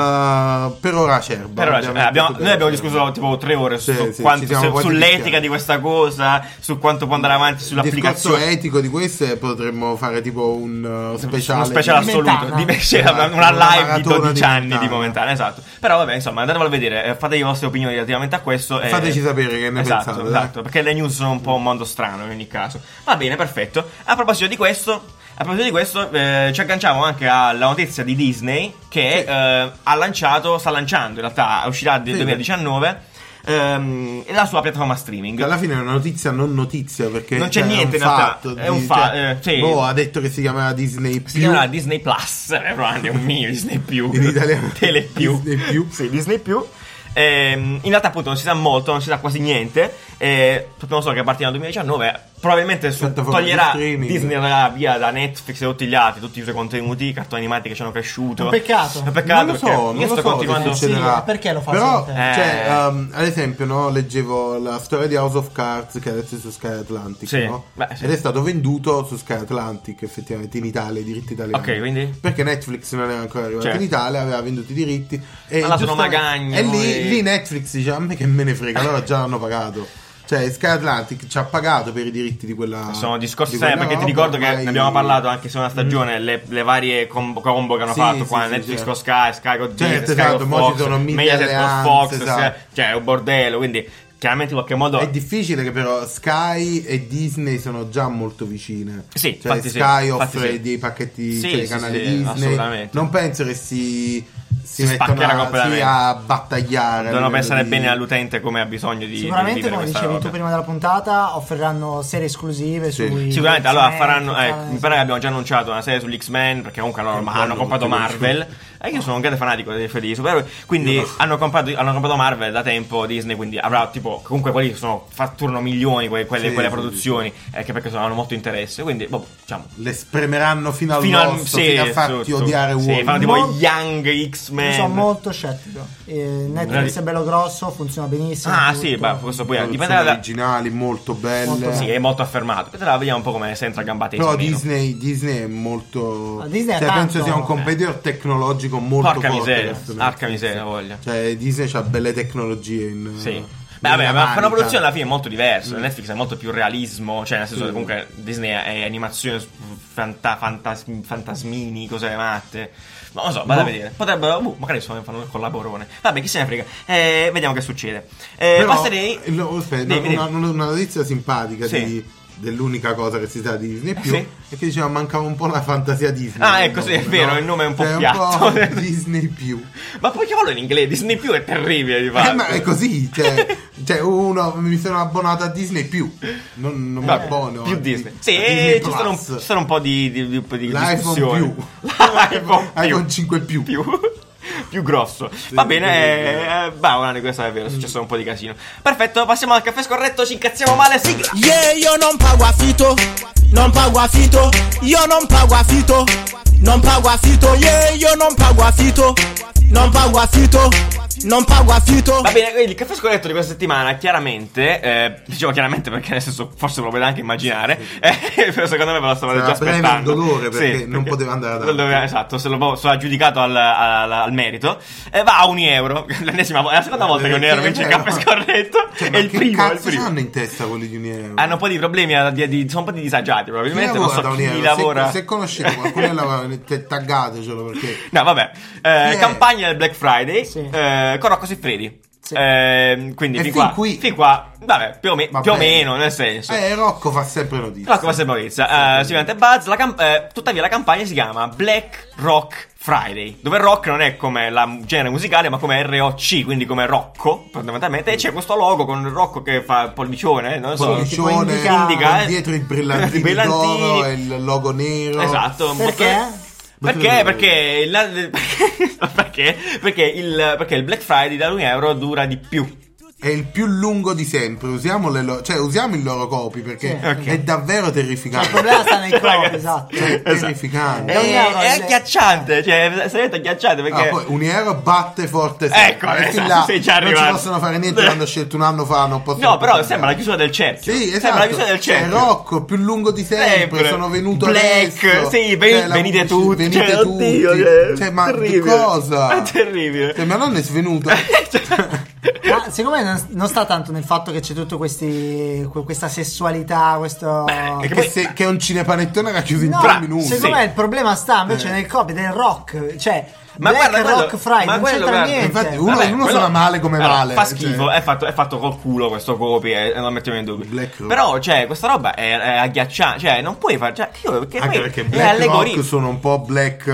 S3: per ora acerba.
S1: Per ora, eh,
S3: ovviamente,
S1: abbiamo-
S3: per
S1: noi abbiamo
S3: ora.
S1: discusso tipo tre ore su
S3: Sì, sì, ci
S1: quanto-
S3: siamo
S1: su-
S3: quasi
S1: sull'etica
S3: picchiati.
S1: di questa cosa, su quanto può andare avanti,
S3: Il discorso
S1: sull'applicazione.
S3: etico di questo è- potremmo fare tipo un uh, speciale.
S1: uno speciale
S2: di
S1: assoluto
S2: Mentana.
S1: di, c'era una,
S3: Esatto,
S1: una
S3: una
S1: live di
S3: maratona
S1: 12
S3: di
S1: anni di
S3: Mentana.
S1: momentanea esatto però vabbè insomma andatevelo a vedere eh, fate le vostre opinioni relativamente a questo e-
S3: Fateci sapere che ne
S1: esatto,
S3: pensate, dai.
S1: esatto perché le news sono un po' un mondo strano in ogni caso va bene perfetto a proposito di questo a proposito di questo, eh, ci agganciamo anche alla notizia di Disney che
S3: Sì.
S1: eh, ha lanciato, sta lanciando in realtà, uscirà nel
S3: Sì.
S1: 2019, ehm, e la sua piattaforma streaming.
S3: Alla fine è una notizia non notizia perché
S1: Non c'è
S3: cioè,
S1: niente,
S3: è
S1: in
S3: un
S1: realtà.
S3: fatto.
S1: È un fa- eh, sì.
S3: boh, ha detto che si chiamerà Disney
S1: Si chiamerà Disney Plus, eh, Ronnie, un mio Disney più.
S3: In italiano.
S1: Tele più.
S3: Disney più.
S1: Sì, Disney più. Ehm, in realtà appunto non si sa molto, non si sa quasi niente. Eh, sappiamo solo che a partire dal 2019 probabilmente su-
S3: Piattaforma
S1: toglierà
S3: di Certo, streaming.
S1: Disney andrà via da Netflix e tutti gli altri, tutti i suoi contenuti, i cartoni animati che ci hanno cresciuto.
S2: Un peccato.
S1: È un peccato
S3: non lo
S1: perché
S3: so, non
S1: io
S3: lo
S1: sto
S3: so
S1: continuando
S3: che
S2: sì,
S3: succederà.
S2: ma perché lo fa
S3: Però,
S2: sempre?
S1: Eh.
S3: cioè, um, ad esempio, no, leggevo la storia di House of Cards che adesso è su Sky Atlantic,
S1: Sì,
S3: no?
S1: beh, sì.
S3: Ed è stato venduto su Sky Atlantic, effettivamente, in Italia, i diritti italiani.
S1: Ok, quindi?
S3: Perché Netflix non era ancora arrivato
S1: Certo.
S3: in Italia, aveva venduto i diritti. E
S1: Allora sono
S3: giustamente-
S1: Magagno
S3: E lì,
S1: e-
S3: lì Netflix dice, a me che me ne frega, allora già l'hanno pagato. Cioè, Sky Atlantic ci ha pagato per i diritti di quella.
S1: Sono discorsi
S3: di
S1: seri,
S3: quella
S1: perché ti
S3: roba,
S1: ricordo che
S3: ormai-
S1: ne abbiamo parlato anche su una stagione, le, le varie com- combo che hanno
S3: Sì,
S1: fatto qua,
S3: sì, sì,
S1: Netflix
S3: certo.
S1: con Sky, Sky con Disney,
S3: Certo,
S1: Sky
S3: esatto,
S1: con
S3: mo
S1: Fox,
S3: ci sono mille
S1: Mediaset con
S3: alleanze,
S1: Fox,
S3: esatto.
S1: Sky- cioè è un bordello, quindi chiaramente in qualche modo...
S3: È difficile che però Sky e Disney sono già molto vicine.
S1: Sì,
S3: cioè,
S1: infatti sì,
S3: Sky
S1: infatti
S3: offre
S1: sì.
S3: dei pacchetti
S1: Sì,
S3: per i
S1: sì,
S3: canali
S1: sì,
S3: Disney.
S1: assolutamente.
S3: Non penso che si,
S1: Si
S3: si, mettano
S1: spaccherà
S3: a,
S1: completamente.
S3: sì, a battagliare. a
S1: Devono
S3: Eh, livello
S1: pensare
S3: di-
S1: bene all'utente come ha bisogno di di
S2: Sicuramente,
S1: vivere
S2: come
S1: questa
S2: dicevi
S1: roba.
S2: tu prima della puntata, offriranno serie esclusive
S3: Sì.
S2: sui.
S1: Sicuramente,
S2: X-Men,
S1: allora faranno. eh,
S2: faranno-
S1: mi pare che abbiamo già annunciato una serie sull'X-Men. Perché comunque hanno,
S3: Che
S1: hanno
S3: bello,
S1: comprato
S3: tutti
S1: Marvel. E io sono un grande fanatico dei film di supereroi. Quindi
S3: Io no.
S1: hanno, comprato, hanno comprato Marvel da tempo. Disney. Quindi avrà tipo. Comunque quelli sono. Fatturano milioni que- quelle,
S3: Sì,
S1: quelle
S3: sì,
S1: produzioni. eh, che perché sono, hanno molto interesse. Quindi, boh, diciamo.
S3: Le spremeranno fino al
S1: Fino al-
S3: rosso,
S1: sì,
S3: fino a
S1: su-
S3: farti
S1: su-
S3: odiare
S1: sì,
S3: uomini.
S1: fanno tipo
S2: Mol-
S1: Young
S2: Io
S1: X-Men.
S2: sono molto scettico. Eh, Netflix è bello grosso, funziona benissimo.
S1: ah,
S2: tutto.
S1: sì, beh, questo poi
S3: Produzioni
S1: dipende da.
S3: originali molto belle.
S2: Molto
S1: Sì, è molto affermato. Però vediamo un po' come se entra a gamba tesa
S3: Però
S1: o meno.
S3: Disney, Disney è molto.
S2: Ma Disney è
S3: cioè,
S2: tanto-
S3: penso sia un competitor tecnologico molto
S1: Porca
S3: forte.
S1: miseria,
S3: verso
S1: arca
S3: Netflix.
S1: miseria, voglia.
S3: Cioè, Disney ha belle tecnologie in. eh,
S1: Sì. Beh,
S3: Mm.
S1: vabbè, ma fa
S3: nella
S1: una
S3: manica. Mm.
S1: produzione alla fine molto diversa. Netflix è molto più realismo. Cioè, nel senso
S3: Sì.
S1: che comunque Disney è animazione s- fanta- fantas- fantasmini, cose matte. Non lo so, vado a
S3: Boh.
S1: vedere. Potrebbero. boh, magari sono, fanno un collaborone. Vabbè, chi se ne frega. Eh, vediamo che succede. Eh,
S3: Però,
S1: passerei.
S3: eh, no, aspetta,
S1: Dimmi,
S3: una,
S1: dimmi.
S3: una- una notizia simpatica
S1: Sì.
S3: di- dell'unica cosa che si sa di Disney più
S1: Sì.
S3: è che diceva mancava un po' la fantasia Disney.
S1: Ah,
S3: nel
S1: ecco, sì, è
S3: nome,
S1: vero,
S3: no?
S1: il nome è un po'
S3: Cioè,
S1: piatto.
S3: po' Disney più.
S1: Ma poi chiamarlo in inglese? Disney più è terribile. Di fatto.
S3: Eh, ma è così, cioè, cioè, uno mi sono abbonato a Disney più. Non, non mi
S1: Vabbè,
S3: abbono.
S1: più
S3: a-
S1: Disney.
S3: a
S1: Sì,
S3: eh.
S1: eh,
S3: Disney
S1: ci sono, un,
S3: Plus.
S1: ci sono un po' di, di, di, di
S3: L'iPhone
S1: discussione.
S3: più.
S1: L'iPhone più.
S3: iPhone 5 più.
S1: più, più grosso. Va
S3: sì,
S1: bene, eh, bah, una di questa è vero, è successo un po' di casino. Perfetto, passiamo al caffè scorretto, ci incazziamo male, sigla.
S4: Yeah, io non pago affitto, non pago affitto, io non pago affitto, non pago affitto, yeah, io non pago affitto, non pago affitto, non pago affitto.
S1: Va bene, quindi il caffè scorretto di questa settimana, chiaramente, eh, dicevo chiaramente perché nel senso forse ve lo potete anche immaginare, eh, però secondo me ve lo stavate
S3: Sarà
S1: già
S3: breve
S1: aspettando.
S3: il dolore, perché non poteva andare ad
S1: non doveva-
S3: altro.
S1: Esatto, se lo po- sarà giudicato al, al- al merito, eh, va a un euro, l'ennesima, vo- è la
S3: Eh,
S1: seconda volta che un euro vince il caffè scorretto,
S3: Cioè,
S1: è
S3: ma
S1: il
S3: che
S1: primo, è il
S3: cazzo
S1: primo.
S3: hanno in testa quelli di un euro?
S1: Hanno un po' di problemi, a- di- di- sono un po' di disagiati
S3: Chi
S1: probabilmente, non so
S3: da un
S1: chi
S3: euro?
S1: lavora.
S3: Se, se conoscete qualcuno che lavora, te- taggatecelo perché
S1: No, vabbè. Eh,
S3: Chi è?
S1: Campagna del Black Friday.
S2: Sì.
S1: Eh, Corocco si freddi.
S2: Sì.
S1: Eh, quindi
S3: E
S1: fin,
S3: fin
S1: qua,
S3: qui-
S1: fin qua, vabbè, più o, me-
S3: Va
S1: più o
S3: bene.
S1: meno, nel senso.
S3: Eh, Rocco fa sempre notizia.
S1: Però come sempre Maurizio, eh, sicuramente Buzz, la camp- eh, tuttavia la campagna si chiama Black Rock Friday, dove rock non è come la m- genere musicale, ma come ROC, quindi come Rocco, fondamentalmente, e c'è questo logo con il Rocco che fa il pollicione, non so,
S2: Pollicione,
S3: Pollicione,
S2: indica-
S1: indica, eh.
S3: dietro i brillantini,
S1: I brillantini.
S3: d'oro e il logo nero.
S1: Esatto, un po'
S2: Perché?
S1: Perché? Perché, la- perché? Perché il, perché il Black Friday da 1 euro dura di più.
S3: È il più lungo di sempre. Usiamo, le lo- cioè, usiamo il loro copy perché
S2: Sì.
S1: Ok.
S3: è davvero
S2: Cioè, il
S3: terrificante.
S2: problema sta nei copi,
S1: Ragazzi.
S2: esatto.
S3: Cioè, è
S1: Esatto.
S3: terrificante.
S1: È,
S2: Da un euro
S1: è
S2: le-
S1: agghiacciante, cioè, seriamente agghiacciante
S3: Ah,
S1: perché...
S3: poi un euro batte forte sempre.
S1: Ecco,
S3: Perché
S1: esatto,
S3: là
S1: sei già
S3: non ci
S1: arrivato.
S3: possono fare niente l'hanno scelto un anno fa non possono
S1: No, però
S3: fare
S1: sembra la
S3: niente.
S1: chiusura del cerchio.
S3: sì, esatto.
S1: Sembra la chiusura del
S3: Cioè,
S1: cerchio.
S3: Rocco più lungo di sempre,
S1: Sempre.
S3: sono venuto
S1: Black,
S3: adesso.
S1: sì, ven-
S3: Cioè, la
S1: venite
S3: pubblici-
S1: tutti,
S3: venite
S1: cioè,
S3: tutti.
S1: oddio, cioè,
S3: Cioè, ma di
S1: terribile.
S3: cosa?
S1: È terribile.
S3: Cioè, ma non è svenuto.
S2: Ma secondo me non, non sta tanto nel fatto che c'è tutta questa sessualità, questo.
S1: Beh,
S3: che,
S1: poi-
S3: se- che è un cinepanettone che ha chiuso in
S2: No,
S3: tre
S1: Bra-
S3: minuti.
S2: Secondo
S1: Sì.
S2: me il problema sta invece
S3: Eh.
S2: nel copy del rock, cioè
S1: Ma
S2: Black
S1: guarda,
S2: Rock
S1: quello-
S2: Friday,
S1: ma
S2: non
S1: quello,
S2: c'entra
S1: guarda,
S2: niente.
S3: infatti uno- uno
S1: quello-
S3: sarà male come
S1: Allora,
S3: male,
S1: Fa
S3: cioè.
S1: schifo, è, fatto, è fatto col culo questo copy, eh, non mettiamo in dubbio.
S3: Black Rock.
S1: Però, cioè, questa roba è, è agghiacciante, cioè, non puoi fare. Cioè, io, perché
S3: Anche
S1: poi
S3: perché
S1: è
S3: Black
S1: allegoria.
S3: Rock sono un po' black. eh,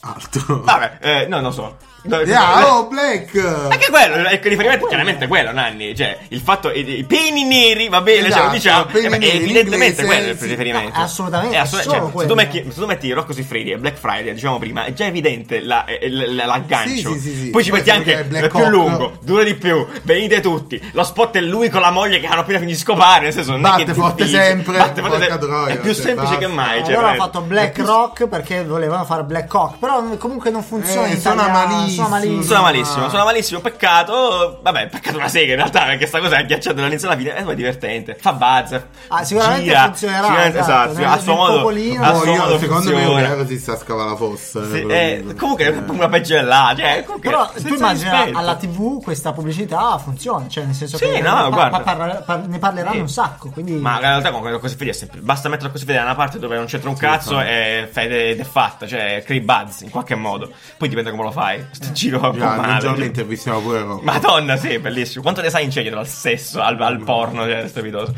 S3: altro.
S1: Ah, Vabbè, eh, no, non so. No,
S3: Yeah,
S1: no.
S3: oh, Black!
S1: Anche quello, ecco, il riferimento chiaramente è quello, Nanni. Cioè, il fatto, i, i peni neri, va bene, cioè, lo
S3: Esatto,
S1: diciamo.
S3: peni
S1: eh, beh,
S3: neri
S1: è
S3: in
S1: evidentemente
S3: inglese,
S1: quello il
S3: sì.
S1: riferimento.
S2: No, assolutamente,
S1: È
S2: solo
S1: cioè, se, tu
S2: quello.
S1: metti, se tu metti Rocco su Freddy e Black Friday, diciamo prima, è già evidente la- eh, l- l- l'aggancio.
S3: Sì, sì, sì, sì.
S1: Poi ci
S3: Poi
S1: metti
S3: se
S1: anche
S3: è Black
S1: è più
S3: Hawk.
S1: lungo, dura di più, venite tutti. Lo spot è lui con la moglie che hanno appena finito di scopare. Nel senso, non è
S3: Batte
S1: che
S3: forte
S1: dici-
S3: sempre,
S1: batte forte
S3: porca
S1: sempre.
S3: troia,
S1: È più
S3: cioè,
S1: semplice
S3: basta.
S1: che mai. Cioè,
S2: Eh, allora hanno
S1: veramente.
S2: fatto Black Rock perché volevano fare Black Hawk, però comunque non funziona.
S3: Eh,
S2: in
S3: suona
S2: italiano,
S3: malissimo.
S1: Suona malissimo, suona malissimo, peccato. Vabbè, peccato una sega in realtà, perché sta cosa è agghiacciata dall'inizio alla fine, eh, ma è divertente. Fa buzz.
S2: Ah, sicuramente
S1: gira,
S2: funzionerà,
S1: sicuramente-
S2: esatto,
S1: esatto,
S2: nel-
S1: a suo
S2: nel
S1: modo.
S2: popolino.
S1: a
S3: Oh,
S1: suo
S3: io,
S1: modo
S3: secondo me
S1: funziona.
S3: Ureva si sta scava la fossa.
S1: Sì,
S3: eh,
S1: eh,
S3: proprio.
S1: comunque è
S3: Eh.
S1: una pagella, cioè, comunque,
S2: Però
S1: senza
S2: tu immagina
S1: rispetto.
S2: alla TV questa pubblicità funziona, cioè nel senso
S1: Sì,
S2: che
S1: no, guarda.
S2: parla- par- ne parleranno
S1: Sì.
S2: un sacco, quindi
S1: Ma in realtà con cose fede è semplice. Basta mettere cose fede da una parte dove non c'entra un cazzo e fede ed è fatta, cioè crei buzz in qualche modo. Poi dipende come lo fai. Sto giro un po'
S3: Eh. Già, un
S1: male,
S3: giorno
S1: cioè.
S3: intervistiamo pure Rocco.
S1: Madonna, sì, bellissimo. Quanto ne sai in ceto al sesso, al, al porno, cioè, è strepitoso.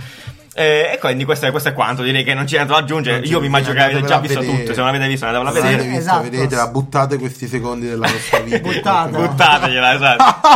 S1: Eh, e quindi questo è, questo è quanto, direi che non c'è altro da aggiungere.
S3: Non c'è
S1: Io vi immagino che
S3: niente,
S1: avete già visto
S3: andatevela a vedere.
S1: tutto, se non l'avete visto andatevela a
S3: Se l'avete
S1: vedere.
S3: vista,
S2: Esatto.
S3: vedetela, buttate questi secondi della nostra vita.
S2: Buttatela.
S1: Buttategliela, esatto.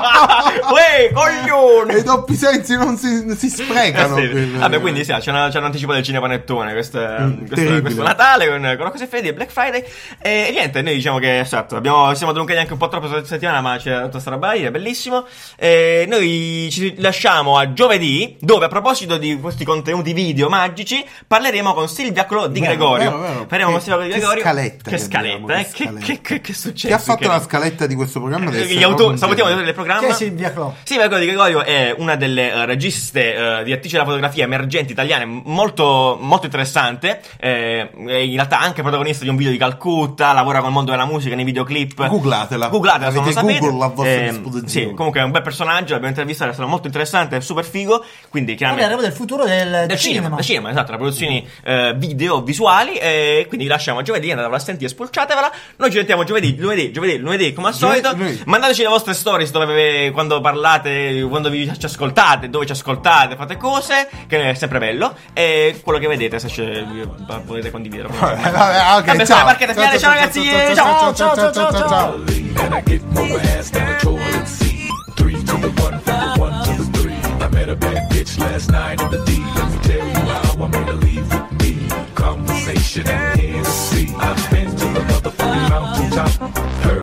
S1: Uè, coglione!
S3: E i doppi sensi non si, non si sprecano.
S1: Eh sì.
S3: quindi- Mm,
S1: Vabbè, quindi sì, c'è, una, c'è un anticipo del cinepanettone. Questo, è- questo,
S3: terribile.
S1: questo Natale con, con Rocco Freddy e Black Friday. E niente, noi diciamo che esatto, abbiamo, siamo droncati anche un po' troppo questa settimana, ma c'è tutta strabai, è bellissimo. E noi ci lasciamo a giovedì, dove a proposito di questi contenuti video magici, parleremo con Silvia Clo di
S3: Vero,
S1: Gregorio.
S3: vero, vero.
S1: Parleremo con
S3: Che-
S1: Silvia Clo di
S3: che
S1: Gregorio.
S3: scaletta
S1: Che
S3: che
S1: scaletta,
S3: abbiamo,
S1: eh?
S3: che
S1: Che,
S3: scaletta.
S1: che- che- che è successo?
S3: Chi ha fatto
S1: Che- Eh,
S3: la scaletta di questo programma? deve essere
S1: gli autori,
S3: Rocco
S1: salutiamo gli autori
S3: Michele.
S1: del
S2: che
S1: programma.
S2: è Silvia Clo.
S1: Silvia Gregorio di Gregorio è una delle eh, registe, eh, direttrice della fotografia emergenti italiane m- molto, molto interessante. eh, è in realtà anche protagonista di un video di Calcutta, lavora col mondo della musica nei videoclip.
S3: Googlatela.
S1: Googlatela, se non lo
S3: Avete
S1: sapete.
S3: Google a vostra
S1: Eh,
S3: disposizione.
S1: Sì, comunque è un bel personaggio, l'abbiamo intervistato, è stato molto interessante, è super figo. Quindi chiaramente
S2: Parleremo del futuro del,
S1: del cinema, del cinema, esatto, le produzioni eh, video, visuali, eh, e quindi vi lasciamo a giovedì, andatevela a sentire, spulciatevela, noi ci sentiamo giovedì, lunedì, giovedì, lunedì come al
S3: Giovedì,
S1: solito,
S3: lunedì.
S1: mandateci le vostre stories dove ve- quando parlate, quando vi, ci ascoltate, dove ci ascoltate, fate cose, che è sempre bello, e quello che vedete se c'è- potete condividere.
S3: Vabbè, vabbè, ok,
S1: Vabbè,
S3: ciao.
S1: sono la barchetta finale, ciao ragazzi, eh, ciao,
S2: ciao, ciao, ciao, ciao.
S5: lean and I get more ass than a toilet seat. Three to the one, from the one to the three. I met a bad bitch last night in the D. Let me tell you how I made her leave with me. Conversation and